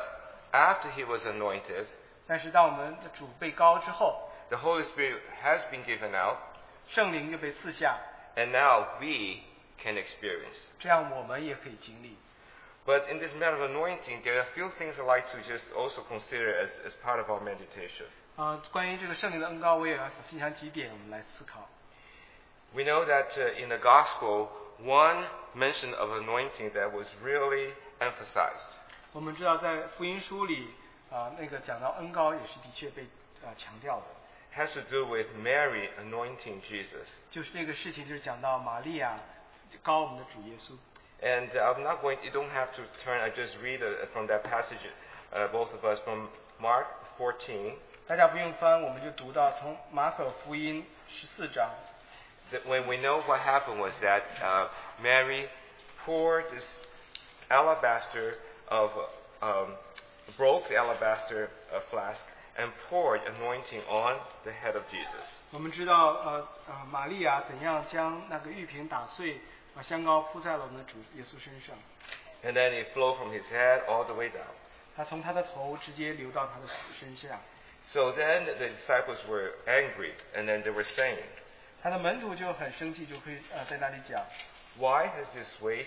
Speaker 1: after he was anointed,
Speaker 2: 但是当我们的主被高之后，
Speaker 1: the Holy Spirit has been given out,
Speaker 2: 圣灵就被赐下，
Speaker 1: and now we can experience.
Speaker 2: 这样我们也可以经历。
Speaker 1: But in this matter of anointing, there are a few things I'd like to just also consider as, as part of our meditation.
Speaker 2: 啊、关于这个圣灵的恩高，我也要分享几点，我们来思考。
Speaker 1: We know that uh, in the gospel, one mention of anointing that was really emphasized.
Speaker 2: 我们知道，在福音书里，啊、那个讲到恩高也是的确被啊、强调的，
Speaker 1: has to do with Mary anointing Jesus.
Speaker 2: 就是这个事情，就是讲到玛利亚高我们的主耶稣。
Speaker 1: And uh, I'm not going, you don't have to turn, I just read uh, from that passage, uh, both of us, from Mark 14,
Speaker 2: 大家不用翻，我们就读到从马可福音十四章，
Speaker 1: that when we know what happened was that uh, Mary poured this alabaster of um, broke the alabaster uh, flask and poured anointing on the head of Jesus.
Speaker 2: 我们知道，呃呃，玛利亚怎样将那个玉瓶打碎，把香膏铺在了我们的主耶稣身上。
Speaker 1: and then it flowed from his head all the way down.
Speaker 2: 他从他的头直接流到他的身下。
Speaker 1: So then the disciples were angry, and then they were saying,
Speaker 2: 他的门徒就很生气，就会呃在那里讲，
Speaker 1: Why has this waste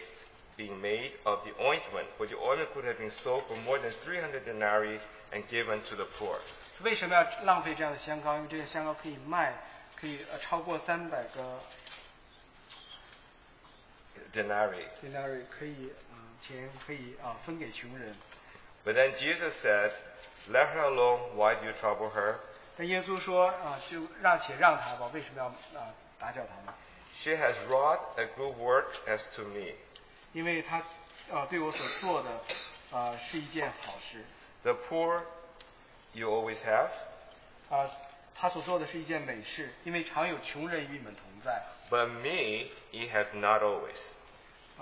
Speaker 1: been made of the ointment? For the ointment could have been sold for more than 300 denarii and given to the poor.
Speaker 2: 为什么要浪费这样的香膏？因为这个香膏可以卖，可以呃超过三百个
Speaker 1: Denarii.
Speaker 2: denarii，可以嗯钱可以啊、分给穷人。
Speaker 1: But then Jesus said, Let her alone. Why do you trouble her?
Speaker 2: 但耶稣说啊、就让且让他吧，为什么要啊、打搅他呢？
Speaker 1: She has wrought a good work as to me.
Speaker 2: 因为他呃对我所做的呃是一件好事，
Speaker 1: The poor you always have,
Speaker 2: 啊、他所做的是一件美事，因为常有穷人与你们同在，
Speaker 1: but me ye have not always.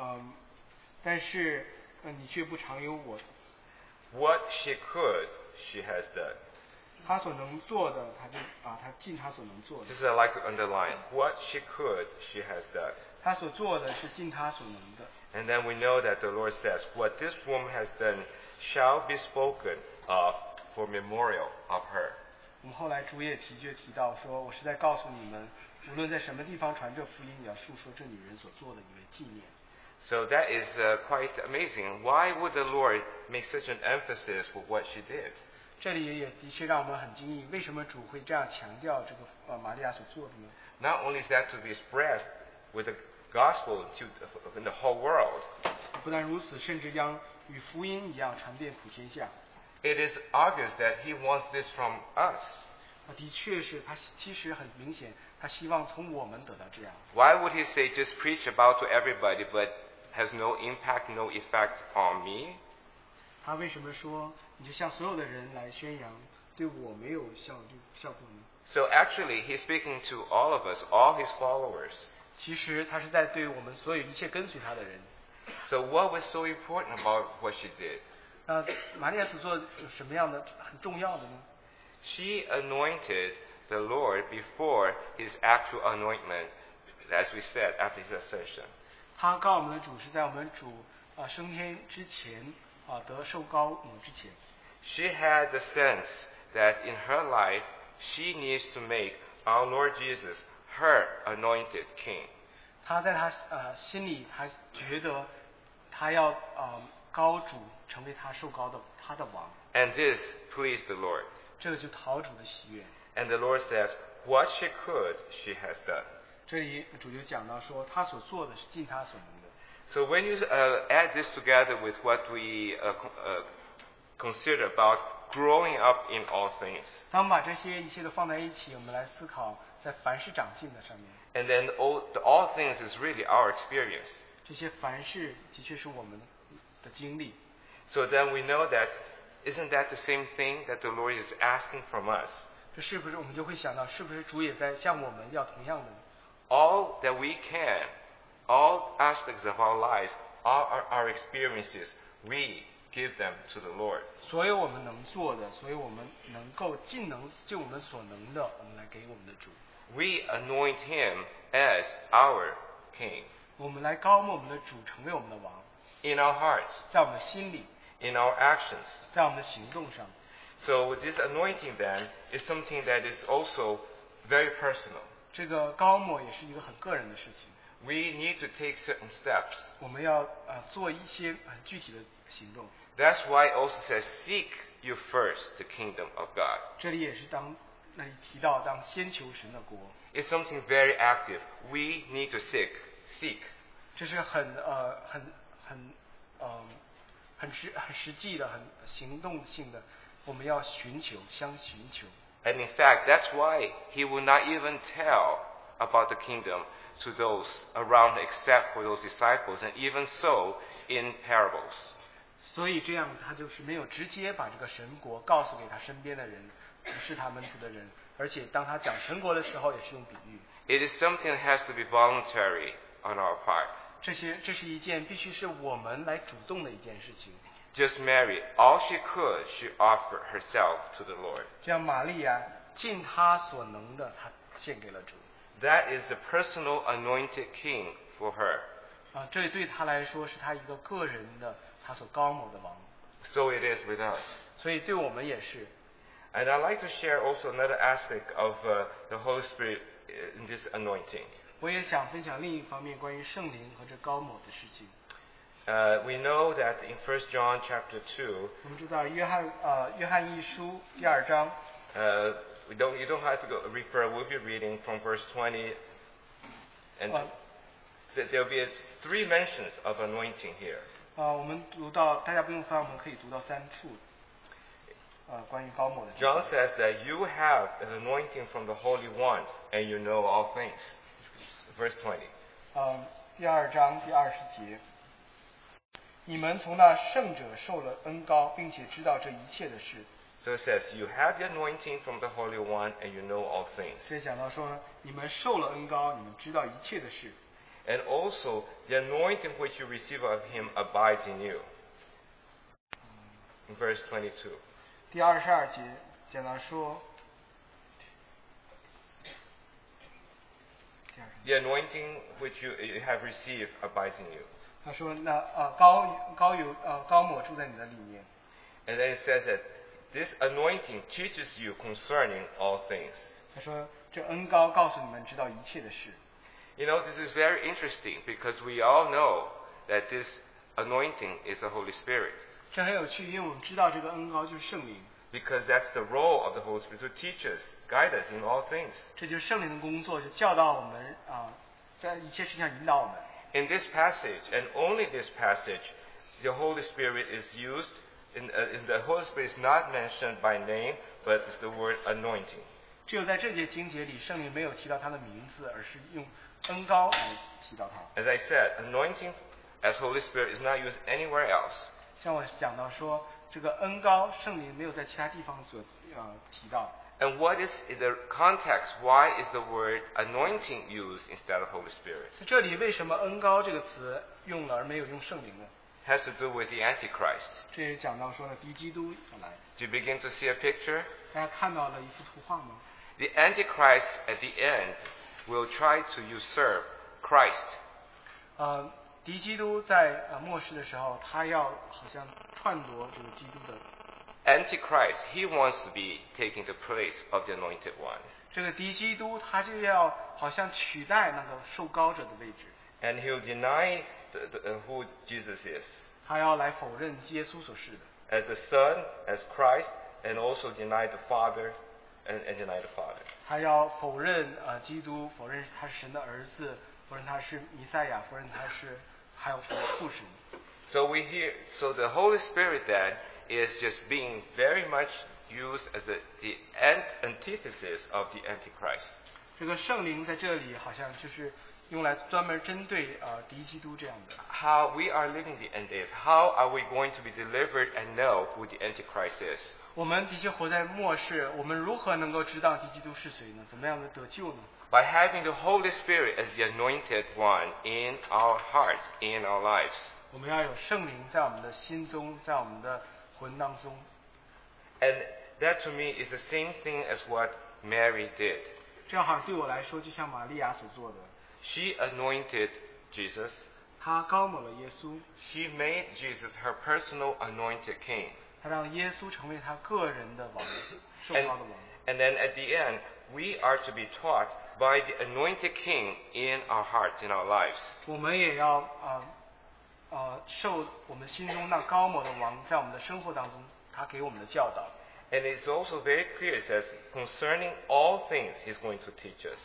Speaker 2: 嗯、但是呃你却不常有我，
Speaker 1: What she could, she has done.
Speaker 2: 他所能做的，他就啊、他尽他所能做的
Speaker 1: This，is I like to underline. What she could, she has done.
Speaker 2: 他所做的是尽他所能的，
Speaker 1: And then we know that the Lord says, What this woman has done shall be spoken of for memorial of her.
Speaker 2: 我们后来主也提就提到说，我是在告诉你们，无论在什么地方传这福音，也要述说这女人所做的，你为纪念。
Speaker 1: So that is uh, quite amazing. Why would the Lord make such an emphasis for what she did?
Speaker 2: 这里也的确让我们很惊异，为什么主会这样强调这个呃玛利亚所做的呢？
Speaker 1: Not only is that to be spread with the gospel to, in the whole world,
Speaker 2: 不但如此，甚至将与福音一样传遍普天下。
Speaker 1: it is obvious that He wants this from us.
Speaker 2: 啊，的确是他其实很明显，他希望从我们得到这样。
Speaker 1: Why would He say, just preach about to everybody, but has no impact, no effect on me?
Speaker 2: 他为什么说你就向所有的人来宣扬，对我没有效率效果呢？
Speaker 1: So actually, He's speaking to all of us, all His followers.
Speaker 2: 其实他是在对我们所有一切跟随他的人。
Speaker 1: So what was so important about what she did?
Speaker 2: 那玛利亚所做有什么样的很重要的呢？
Speaker 1: She anointed the Lord before his actual anointment, as we said, after his ascension.
Speaker 2: 他告我们的主是在我们主啊、升天之前啊、得受高抹之前，
Speaker 1: She had the sense that in her life, she needs to make our Lord Jesus her anointed king.
Speaker 2: 他在他呃心里，他觉得他要呃高主成为他受高的他的王，
Speaker 1: And this pleased the Lord.
Speaker 2: 这个就讨主的喜悦。
Speaker 1: And the Lord says, What she could, she has done.
Speaker 2: 这里主就讲到说，他所做的是尽他所能的。
Speaker 1: So when you uh, add this together with what we uh, co- uh, consider about growing up in all things,
Speaker 2: 当我们把这些一切都放在一起，我们来思考在凡事长进的上面，
Speaker 1: and then all, the all things is really our experience.
Speaker 2: 这些凡事的确是我们的经历。
Speaker 1: So then we know that isn't that the same thing that the Lord is asking from us?
Speaker 2: 这是不是我们就会想到，是不是主也在向我们要同样的呢？
Speaker 1: All that we can, all aspects of our lives, all our, our experiences, we give them to the Lord.
Speaker 2: 所有我们能做的，所有我们能够尽能尽我们所能的，我们来给我们的主，
Speaker 1: We anoint Him as our King
Speaker 2: 我们来高牧我们的主成为我们的王，
Speaker 1: in our hearts,
Speaker 2: 在我们的心里，
Speaker 1: in our actions.
Speaker 2: 在我们的行动上。
Speaker 1: So this anointing then is something that is also very personal.
Speaker 2: 这个高牧也是一个很个人的事情，
Speaker 1: We need to take certain steps.
Speaker 2: 我们要呃做一些很具体的行动。
Speaker 1: That's why it also says, seek you first the kingdom of God.
Speaker 2: 这里也是当那里提到当先求神的国，
Speaker 1: It's something very active. We need to seek, seek.
Speaker 2: 这是很呃很很呃很实很实际的、很行动性的，我们要寻求，相寻求。
Speaker 1: And in fact, that's why he will not even tell about the kingdom to those around except for those disciples, and even so in parables.
Speaker 2: 所以这样他就是没有直接把这个神国告诉给他身边的人，不是他门徒的人，而且当他讲神国的时候也是用比喻。
Speaker 1: It is something that has to be voluntary on our part.
Speaker 2: 这些这是一件必须是我们来主动的一件事情。
Speaker 1: Just Mary, all she could, she offered herself to the Lord.
Speaker 2: 这样玛利亚尽她所能的，她献给了主，
Speaker 1: That is the personal anointed king for her.
Speaker 2: 啊，这对他来说是他一个个人的他所高某的王，
Speaker 1: So it is with us.
Speaker 2: 所以对我们也是。
Speaker 1: And I'd like to share also another aspect of uh, the Holy Spirit uh, in this anointing.
Speaker 2: 我也想分享另一方面关于圣灵和这高某的事情。
Speaker 1: Uh, we know that in 1 John chapter 2,
Speaker 2: 我们知道约翰呃约翰一书第二章，
Speaker 1: uh, we don't, you don't have to go refer, we'll be reading from verse 20. And
Speaker 2: Uh.
Speaker 1: th- there'll be three mentions of anointing here.
Speaker 2: 呃我们读到大家不用翻，我们可以读到三处，呃关于高某的地方。
Speaker 1: John says that you have an anointing from the Holy One and you know all things. Verse 20.
Speaker 2: 呃，第二章第二十节，你们从那圣者受了恩高，并且知道这一切的事。
Speaker 1: So it says, You have the anointing from the Holy One and you know all things.
Speaker 2: 所以讲到说，你们受了恩高，你们知道一切的事，
Speaker 1: And also, the anointing which you receive of Him abides in you. In verse 22.
Speaker 2: 第二十二节讲到说，第二
Speaker 1: The
Speaker 2: 十
Speaker 1: anointing which you, you have received abides in you.
Speaker 2: 他说那呃高高有呃高某住在你的里面，
Speaker 1: And then it says that this anointing teaches you concerning all things.
Speaker 2: 他说这恩高告诉你们知道一切的事。
Speaker 1: You know, this is very interesting because we all know that this anointing is the Holy Spirit.
Speaker 2: 这很有趣，因为我们知道这个恩高就是圣灵，
Speaker 1: Because that's the role of the Holy Spirit to teach us, guide us in all things.
Speaker 2: 这就是圣灵的工作，就教导我们啊、在一切事情上引导我们。
Speaker 1: In this passage, and only this passage, the Holy Spirit is used. In, uh, in the Holy Spirit is not mentioned by name, but it's the word anointing.
Speaker 2: 只有在这节经节里，圣灵没有提到他的名字，而是用恩高来提到他。
Speaker 1: As I said, anointing as Holy Spirit is not used anywhere else.
Speaker 2: 像我讲到说，这个恩高圣灵没有在其他地方所呃提到，
Speaker 1: And what is the context? Why is the word anointing used instead of Holy Spirit?
Speaker 2: 在这里为什么恩高这个词用了而没有用圣灵呢？
Speaker 1: It has to do with the Antichrist.
Speaker 2: 这也讲到说呢，敌基督要来，
Speaker 1: Do you begin to see a picture?
Speaker 2: 大家看到了一幅图画吗？
Speaker 1: The Antichrist at the end will try to usurp Christ
Speaker 2: 呃，敌基督在呃末世的时候，他要好像篡夺这个基督的。
Speaker 1: Antichrist, he wants to be taking the place of the anointed one.
Speaker 2: 这个敌基督他就要好像取代那个受膏者的位置，
Speaker 1: And he'll deny the, the, uh, who Jesus is
Speaker 2: 他要来否认耶稣所示的。
Speaker 1: as the Son, as Christ, and also deny the Father and, and deny the Father.
Speaker 2: 他要否认呃基督，否认他是神的儿子，否认他是弥赛亚，否认他是，还有否认父神。
Speaker 1: So we hear, so the Holy Spirit then is just being very much used as the, the ant- antithesis of the Antichrist.
Speaker 2: 这个圣灵在这里好像就是用来专门针对呃敌基督这样的。
Speaker 1: How we are living the end days, how are we going to be delivered and know who the Antichrist is?
Speaker 2: 我们的确活在末世，我们如何能够知道敌基督是谁呢？怎么样的得救呢？
Speaker 1: by having the Holy Spirit as the anointed one in our hearts, in our lives.
Speaker 2: 我们要有圣灵在我们的心中，在我们的魂当中。
Speaker 1: And that to me is the same thing as what Mary did.
Speaker 2: 这好像对我来说，就像玛利亚所做的，
Speaker 1: She anointed Jesus.
Speaker 2: 她高抹了耶稣，
Speaker 1: She made Jesus her personal anointed king.
Speaker 2: 她让耶稣成为她个人的王，受
Speaker 1: And,
Speaker 2: 膏的王。
Speaker 1: and then at the end, we are to be taught by the anointed king in our hearts, in our lives.
Speaker 2: 我们也要啊呃受我们心中那高某的王在我们的生活当中，他给我们的教导。
Speaker 1: And it's also very clear, it says, concerning all things, he's going to teach us.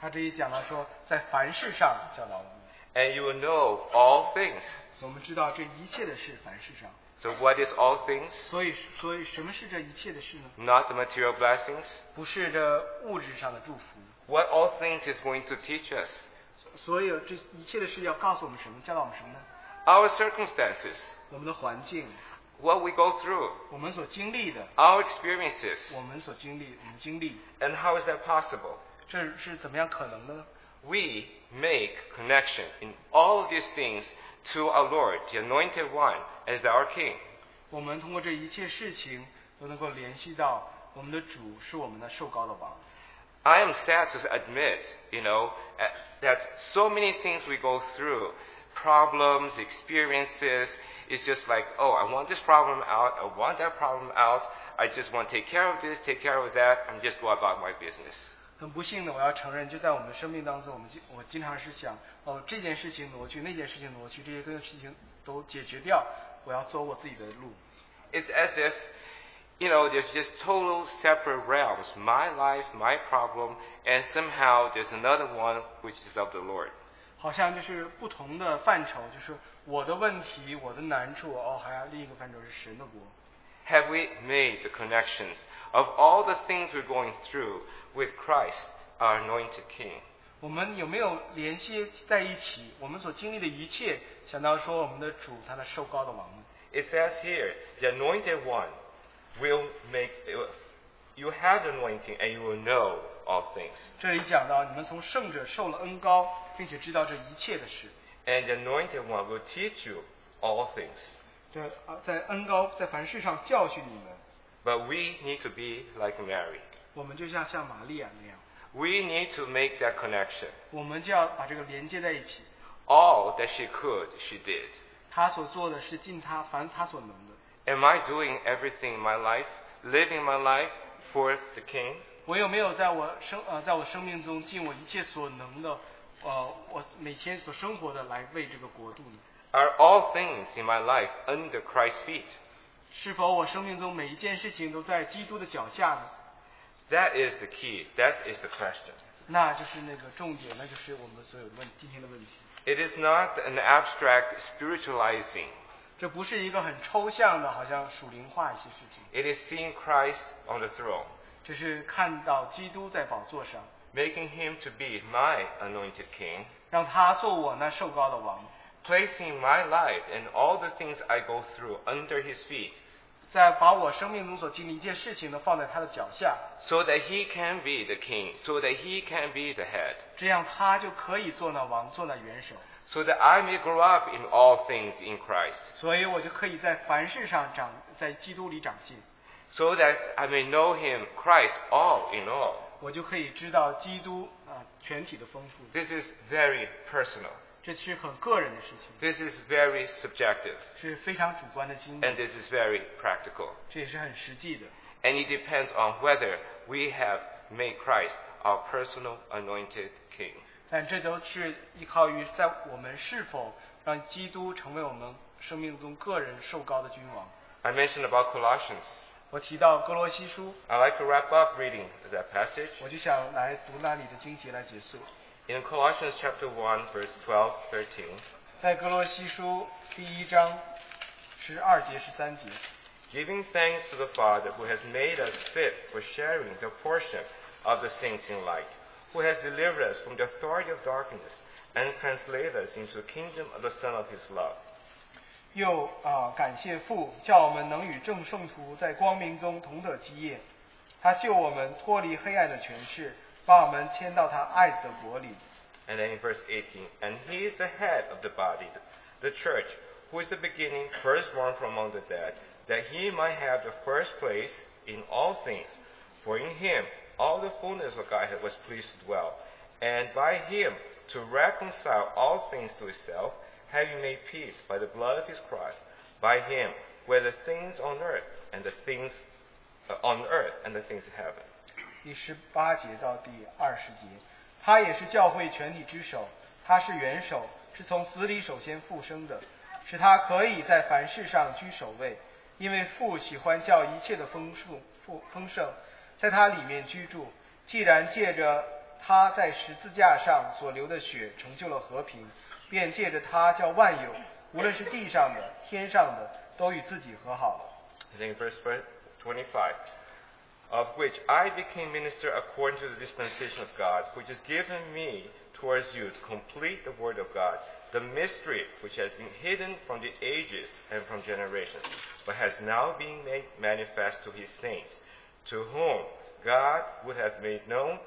Speaker 2: 他这里讲到说，在凡事上教导我们，
Speaker 1: And you will know all things.
Speaker 2: 我们知道这一切的事，凡事上。
Speaker 1: So what is all things?
Speaker 2: 所以，所以什么是这一切的事呢？
Speaker 1: not the material blessings.
Speaker 2: 不是这物质上的祝福。
Speaker 1: What all things is going to teach us?
Speaker 2: 所有这一切的事要告诉我们什么？教导我们什么呢？
Speaker 1: Our circumstances,
Speaker 2: 我们的环境，
Speaker 1: what we go through,
Speaker 2: 我们所经历的，
Speaker 1: our experiences.
Speaker 2: 我们所经历，我们经历，
Speaker 1: And how is that possible?
Speaker 2: 这是怎么样可能的呢？
Speaker 1: We make connection in all of these things to our Lord, the Anointed One, as our King.
Speaker 2: 我们通过这一切事情都能够联系到我们的主是我们的受高的王。
Speaker 1: I uh, am sad to admit, you know, eh, that so many things we go through problems, experiences. It's just like, oh, I want this problem out, I want that problem out, I just want to take care of this, take care of that, and just go about my business.
Speaker 2: 很不幸的，我要承认，就在我们生命当中，我们经我经常是想，哦，这件事情挪去，那件事情挪去，这些东西事情都解决掉，我要走我自己的路。
Speaker 1: It's as if, you know, there's just total separate realms my life, my problem, and somehow there's another one which is of the Lord.
Speaker 2: 好像就是不同的范畴，就是我的问题、我的难处，哦，还有另一个范畴是神的国。
Speaker 1: Have we made the connections of all the things we're going through with Christ, our anointed King?
Speaker 2: 我们有没有联系在一起？我们所经历的一切，想到说我们的主，他的受高的王呢？
Speaker 1: It says here, the anointed one will make, you have the anointing and you will know all things.
Speaker 2: 这里讲到，你们从圣者受了恩高，并且知道这一切的事。
Speaker 1: And the anointed one will teach you all things.
Speaker 2: 这啊，在恩高在凡事上教训你们，
Speaker 1: But we need to be like Mary.
Speaker 2: 我们就像像玛利亚那样，
Speaker 1: We need to make that connection.
Speaker 2: 我们就要把这个连接在一起。
Speaker 1: All that she could, she did.
Speaker 2: 他所做的是尽他凡他所能的。
Speaker 1: Am I doing everything in my life, living my life for the King?
Speaker 2: 我有没有在我生呃在我生命中尽我一切所能的，呃，我每天所生活的来为这个国度呢？
Speaker 1: Are all things in my life under Christ's feet?
Speaker 2: 是否我生命中每一件事情都在基督的脚下呢？
Speaker 1: That is the key. That is the question.
Speaker 2: 那就是那个重点，那就是我们所有问今天的问题。
Speaker 1: It is not an abstract spiritualizing.
Speaker 2: 这不是一个很抽象的，好像属灵化一些事情，
Speaker 1: It is seeing Christ on the throne,
Speaker 2: 这是看到基督在宝座上，
Speaker 1: making him to be my anointed king,
Speaker 2: 让他做我那受高的王，
Speaker 1: placing my life and all the things I go through under his feet
Speaker 2: 在把我生命中所经历一件事情都放在他的脚下，
Speaker 1: so that he can be the king, so that he can be the head,
Speaker 2: 这样他就可以做那王，做那元首。
Speaker 1: so that I may grow up in all things in Christ,
Speaker 2: 所以我就可以在凡事上长，在基督里长进，
Speaker 1: so that I may know him, Christ, all in all.
Speaker 2: 我就可以知道基督啊、呃全体的丰富。
Speaker 1: This is very personal.
Speaker 2: 这是很个人的事情，
Speaker 1: This is very subjective.
Speaker 2: 是非常主观的经历，
Speaker 1: And this is very practical.
Speaker 2: 这也是很实际的。
Speaker 1: And it depends on whether we have made Christ our personal anointed king.
Speaker 2: 但这都是依靠于在我们是否让基督成为我们生命中个人受高的君王。
Speaker 1: I mentioned about Colossians.
Speaker 2: 我提到哥罗西书，
Speaker 1: I like to wrap up reading that passage.
Speaker 2: 我就想来读那里的经节来结束。
Speaker 1: In Colossians chapter 1 verse 12, 13,
Speaker 2: 在哥罗西书第一章十二节、十三节，
Speaker 1: giving thanks to the Father who has made us fit for sharing the portion of the saints in light, who has delivered us from the authority of darkness and translated us into the kingdom of the Son of His love.
Speaker 2: 又啊、感谢父，叫我们能与众圣徒在光明中同得基业。他救我们脱离黑暗的权势，把我们迁到他爱子的国里。
Speaker 1: And then in verse 18, and he is the head of the body, the church, who is the beginning, firstborn from among the dead, that he might have the first place in all things. For in him all the fullness of God was pleased to dwell, and by him to reconcile all things to himself, having made peace by the blood of his cross. By him were the things on earth and the things uh, on earth and the things in heaven.
Speaker 2: 第十八节到第二十节，他也是教会全体之首，他是元首，是从死里首先复生的，使他可以在凡事上居首位，因为父喜欢叫一切的丰富富丰盛在他里面居住。既然借着他在十字架上所流的血成就了和平，便借着他叫万有，无论是地上的、天上的，都与自己和好了。
Speaker 1: And then verse 25, of which I became minister according to the dispensation of God, which is given me towards you to complete the word of God, the mystery which has been hidden from the ages and from generations, but has now been made manifest to his saints, to whom God would have made known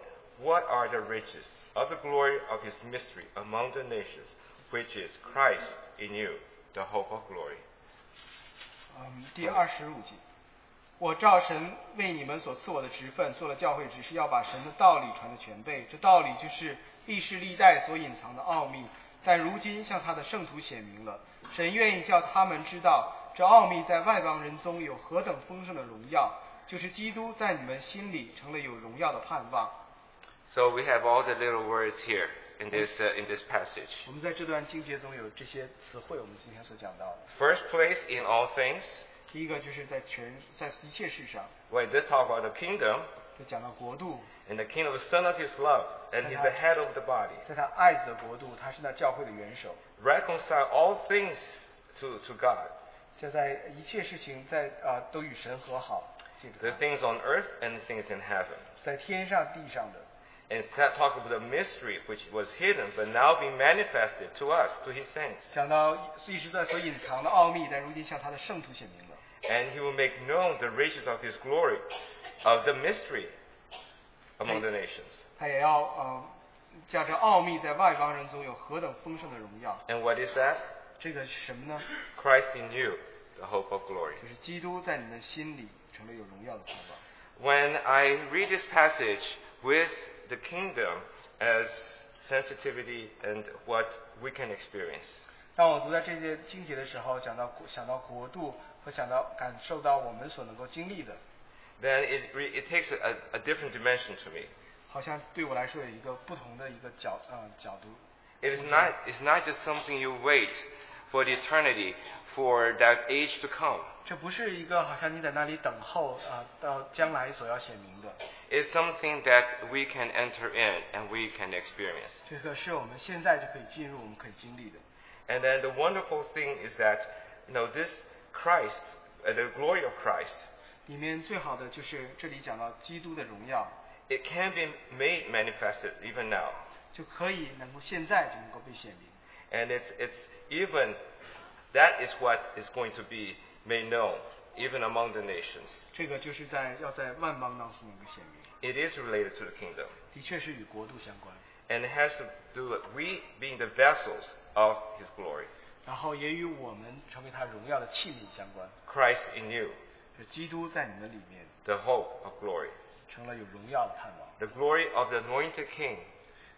Speaker 1: what are the riches of the glory of his mystery among the nations, which is Christ in you, the hope of glory.
Speaker 2: 嗯，第二十五集，我照神为你们所赐我的职分，做了教会，只是要把神的道理传的全备。这道理就是历世历代所隐藏的奥秘，但如今向他的圣徒显明了。神愿意叫他们知道，这奥秘在外邦人中有何等丰盛的荣耀，就是基督在你们心里成了有荣耀的盼望。
Speaker 1: So we have all the little words here in this, uh, in this passage.
Speaker 2: 我们在这段经节中有这些词汇，我们今天所讲到的。
Speaker 1: First place, in all things,
Speaker 2: 第一个就是在全在一切事上，
Speaker 1: when they talk about the kingdom,
Speaker 2: 就讲到国度，
Speaker 1: and the kingdom is son of his love, and he's the head of the body.
Speaker 2: 在他爱子的国度，他是那教会的元首，
Speaker 1: Reconcile all things to, to God,
Speaker 2: 就在一切事情在啊、都与神和好，记
Speaker 1: the
Speaker 2: 着他，
Speaker 1: things on earth and the things in heaven.
Speaker 2: 在天上地上的。
Speaker 1: And that talk about the mystery which was hidden but now being manifested to us, to his saints.
Speaker 2: 讲到一直在所隐藏的奥秘，但如今向他的圣徒显明了。
Speaker 1: And he will make known the riches of his glory, of the mystery among the nations.
Speaker 2: 他也要呃，叫这奥秘在外邦人中有何等丰盛的荣耀。
Speaker 1: And what is that?
Speaker 2: 这个是什么呢？
Speaker 1: Christ in you, the hope of glory.
Speaker 2: 就是基督在你们心里成了有荣耀的盼望。
Speaker 1: When I read this passage with the kingdom as sensitivity and what we can experience,
Speaker 2: 当我读到这些经节的时候，讲到国想到国度和想到感受到我们所能够经历的，
Speaker 1: then it, re- it takes a, a different dimension to me.
Speaker 2: 好像对我来说有一个不同的一个角呃角度。
Speaker 1: It is not, it's not just something you wait for the eternity, for that age to come.
Speaker 2: 这不是一个好像你在那里等候啊、到将来所要显明的，
Speaker 1: It's something that we can enter in and we can experience.
Speaker 2: 这个是我们现在就可以进入，我们可以经历的。
Speaker 1: And then the wonderful thing is that, you know, this Christ, uh, the glory of Christ,
Speaker 2: 里面最好的就是这里讲到基督的荣耀，
Speaker 1: it can be made manifested even now.
Speaker 2: 就可以能够现在就能够被显明。
Speaker 1: And it's, it's even, that is what is going to be made known, even among the nations.
Speaker 2: 这个就是在要在万邦当中能够显明，
Speaker 1: It is related to the kingdom.
Speaker 2: 的确是与国度相关，
Speaker 1: And it has to do with we being the vessels of his glory.
Speaker 2: 然后也与我们成为他荣耀的器皿相关。
Speaker 1: Christ in you,
Speaker 2: 是基督在你们里面
Speaker 1: the hope of glory.
Speaker 2: 成了有荣耀的盼望。
Speaker 1: The glory of the anointed king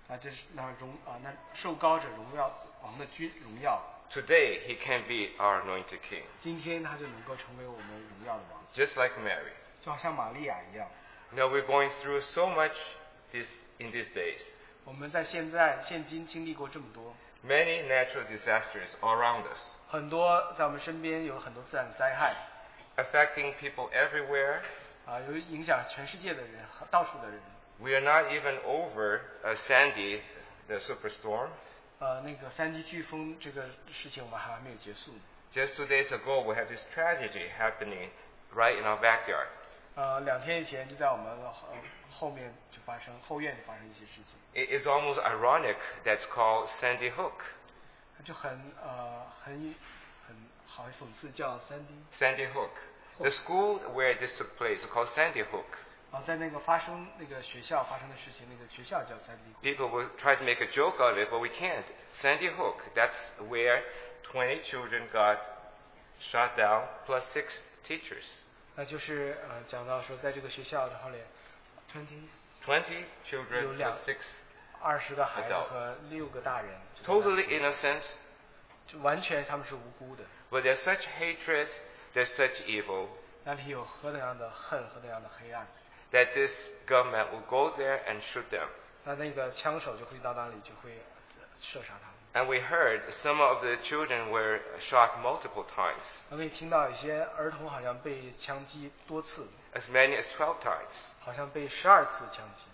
Speaker 2: 那这是那荣啊、那受高者荣耀王的君荣耀，
Speaker 1: Today, he can be our anointed king,
Speaker 2: 今天他就能够成为我们荣耀的王，
Speaker 1: just like Mary.
Speaker 2: 就好像玛利亚一样。
Speaker 1: Now, we're going through so much this, in these days.
Speaker 2: 我们在现在现今经历过这么多，
Speaker 1: Many natural disasters all around us,
Speaker 2: 很多在我们身边有很多自然的灾害，
Speaker 1: affecting people everywhere.
Speaker 2: 啊，有影响全世界的人，到处的人。
Speaker 1: We are not even over uh, Sandy, the superstorm.
Speaker 2: 呃，那个三级飓风这个事情我们还没有结束。
Speaker 1: Just two days ago, we had this tragedy happening right in our backyard.
Speaker 2: 呃，两天以前就在我们的后后面就发生后院发生一些事情，
Speaker 1: It is almost ironic that's called Sandy Hook.
Speaker 2: 就很呃很很好讽刺，叫三 D。
Speaker 1: Sandy Hook. The school where this took place is called Sandy Hook.
Speaker 2: 啊，在那个发生那个学校发生的事情，那个学校叫三 D。
Speaker 1: People will try to make a joke out of it, but we can't. Sandy Hook, that's where 20 children got shot down, plus six teachers.
Speaker 2: 那就是呃讲到说，在这个学校的后来，twenty
Speaker 1: 20 children plus
Speaker 2: Julia.
Speaker 1: six.
Speaker 2: 二十个孩子和六个大人，
Speaker 1: Totally innocent,
Speaker 2: 就完全他们是无辜的。
Speaker 1: but there's such hatred, there's such evil,
Speaker 2: 那里有何等样的恨，何等样的黑暗？
Speaker 1: that this government will go there and shoot them.
Speaker 2: 那那个枪手就会到那里，就会射杀他们。
Speaker 1: And we heard some of the children were shot multiple times,
Speaker 2: 我可以听到一些儿童好像被枪击多次，
Speaker 1: as many as 12 times.
Speaker 2: 好像被十二次枪击。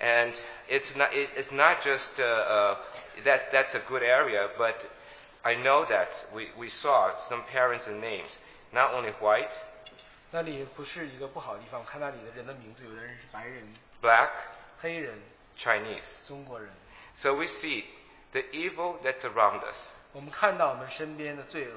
Speaker 1: And it's not, it, it's not just uh, uh, that that's a good area, but I know that we, we saw some parents and names, not only white,
Speaker 2: 那里不是一个不好的地方，我看那里的人的名字，有的人是白人、
Speaker 1: black,
Speaker 2: 黑人、
Speaker 1: Chinese.
Speaker 2: 中国人。
Speaker 1: So we see the evil that's around us.
Speaker 2: 我们看到我们身边的罪恶，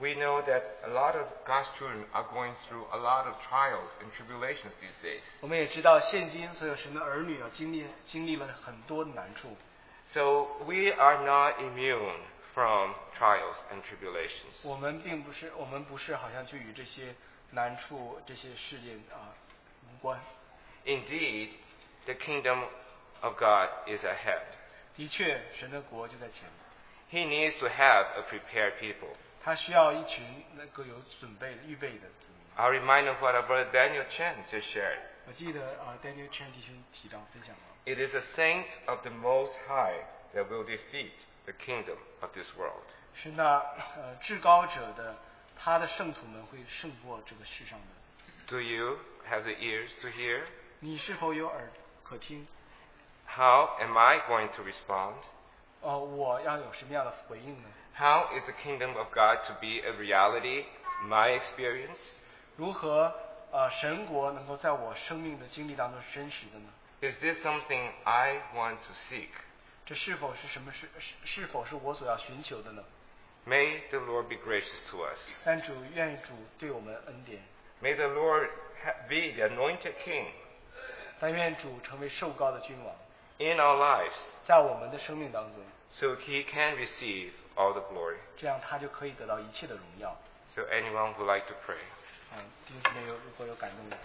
Speaker 1: We know that a lot of God's children are going through a lot of trials and tribulations these days.
Speaker 2: 我们也知道现今所有神的儿女啊，经历经历了很多的难处，
Speaker 1: So we are not immune from trials and tribulations.
Speaker 2: 我们并不是，我们不是好像就与这些难处、这些事件啊无关。
Speaker 1: Indeed, the kingdom of God is ahead.
Speaker 2: 的确，神的国就在前面。
Speaker 1: He needs to have a prepared people.
Speaker 2: 他需要一群能够有准备的、预备的子民。
Speaker 1: I'll remind you what our brother Daniel Chen just shared.
Speaker 2: 我记得呃，Daniel Chen 弟兄提到分享过，
Speaker 1: It is the saints of the Most High that will defeat the kingdom of this world.
Speaker 2: 是那呃至高者的他的圣徒们会胜过这个世上的。
Speaker 1: Do you have the ears to hear?
Speaker 2: 你是否有耳可听？
Speaker 1: How am I going to respond?
Speaker 2: 呃，我要有什么样的回应呢？
Speaker 1: How is the kingdom of God to be a reality? My experience?
Speaker 2: 如何呃神国能够在我生命的经历当中是真实的呢？
Speaker 1: Is this something I want to seek?
Speaker 2: 这是否是什么是是是否是我所要寻求的呢？
Speaker 1: May the Lord be gracious to us.
Speaker 2: 但主愿主对我们恩典，
Speaker 1: May the Lord ha- be the anointed King
Speaker 2: 但愿主成为受高的君王，
Speaker 1: in our lives
Speaker 2: 在我们的生命当中，
Speaker 1: so he can receive all the glory.
Speaker 2: 这样他就可以得到一切的荣耀。
Speaker 1: So anyone would like to pray?
Speaker 2: 嗯，弟兄姊妹有如果有感动的话。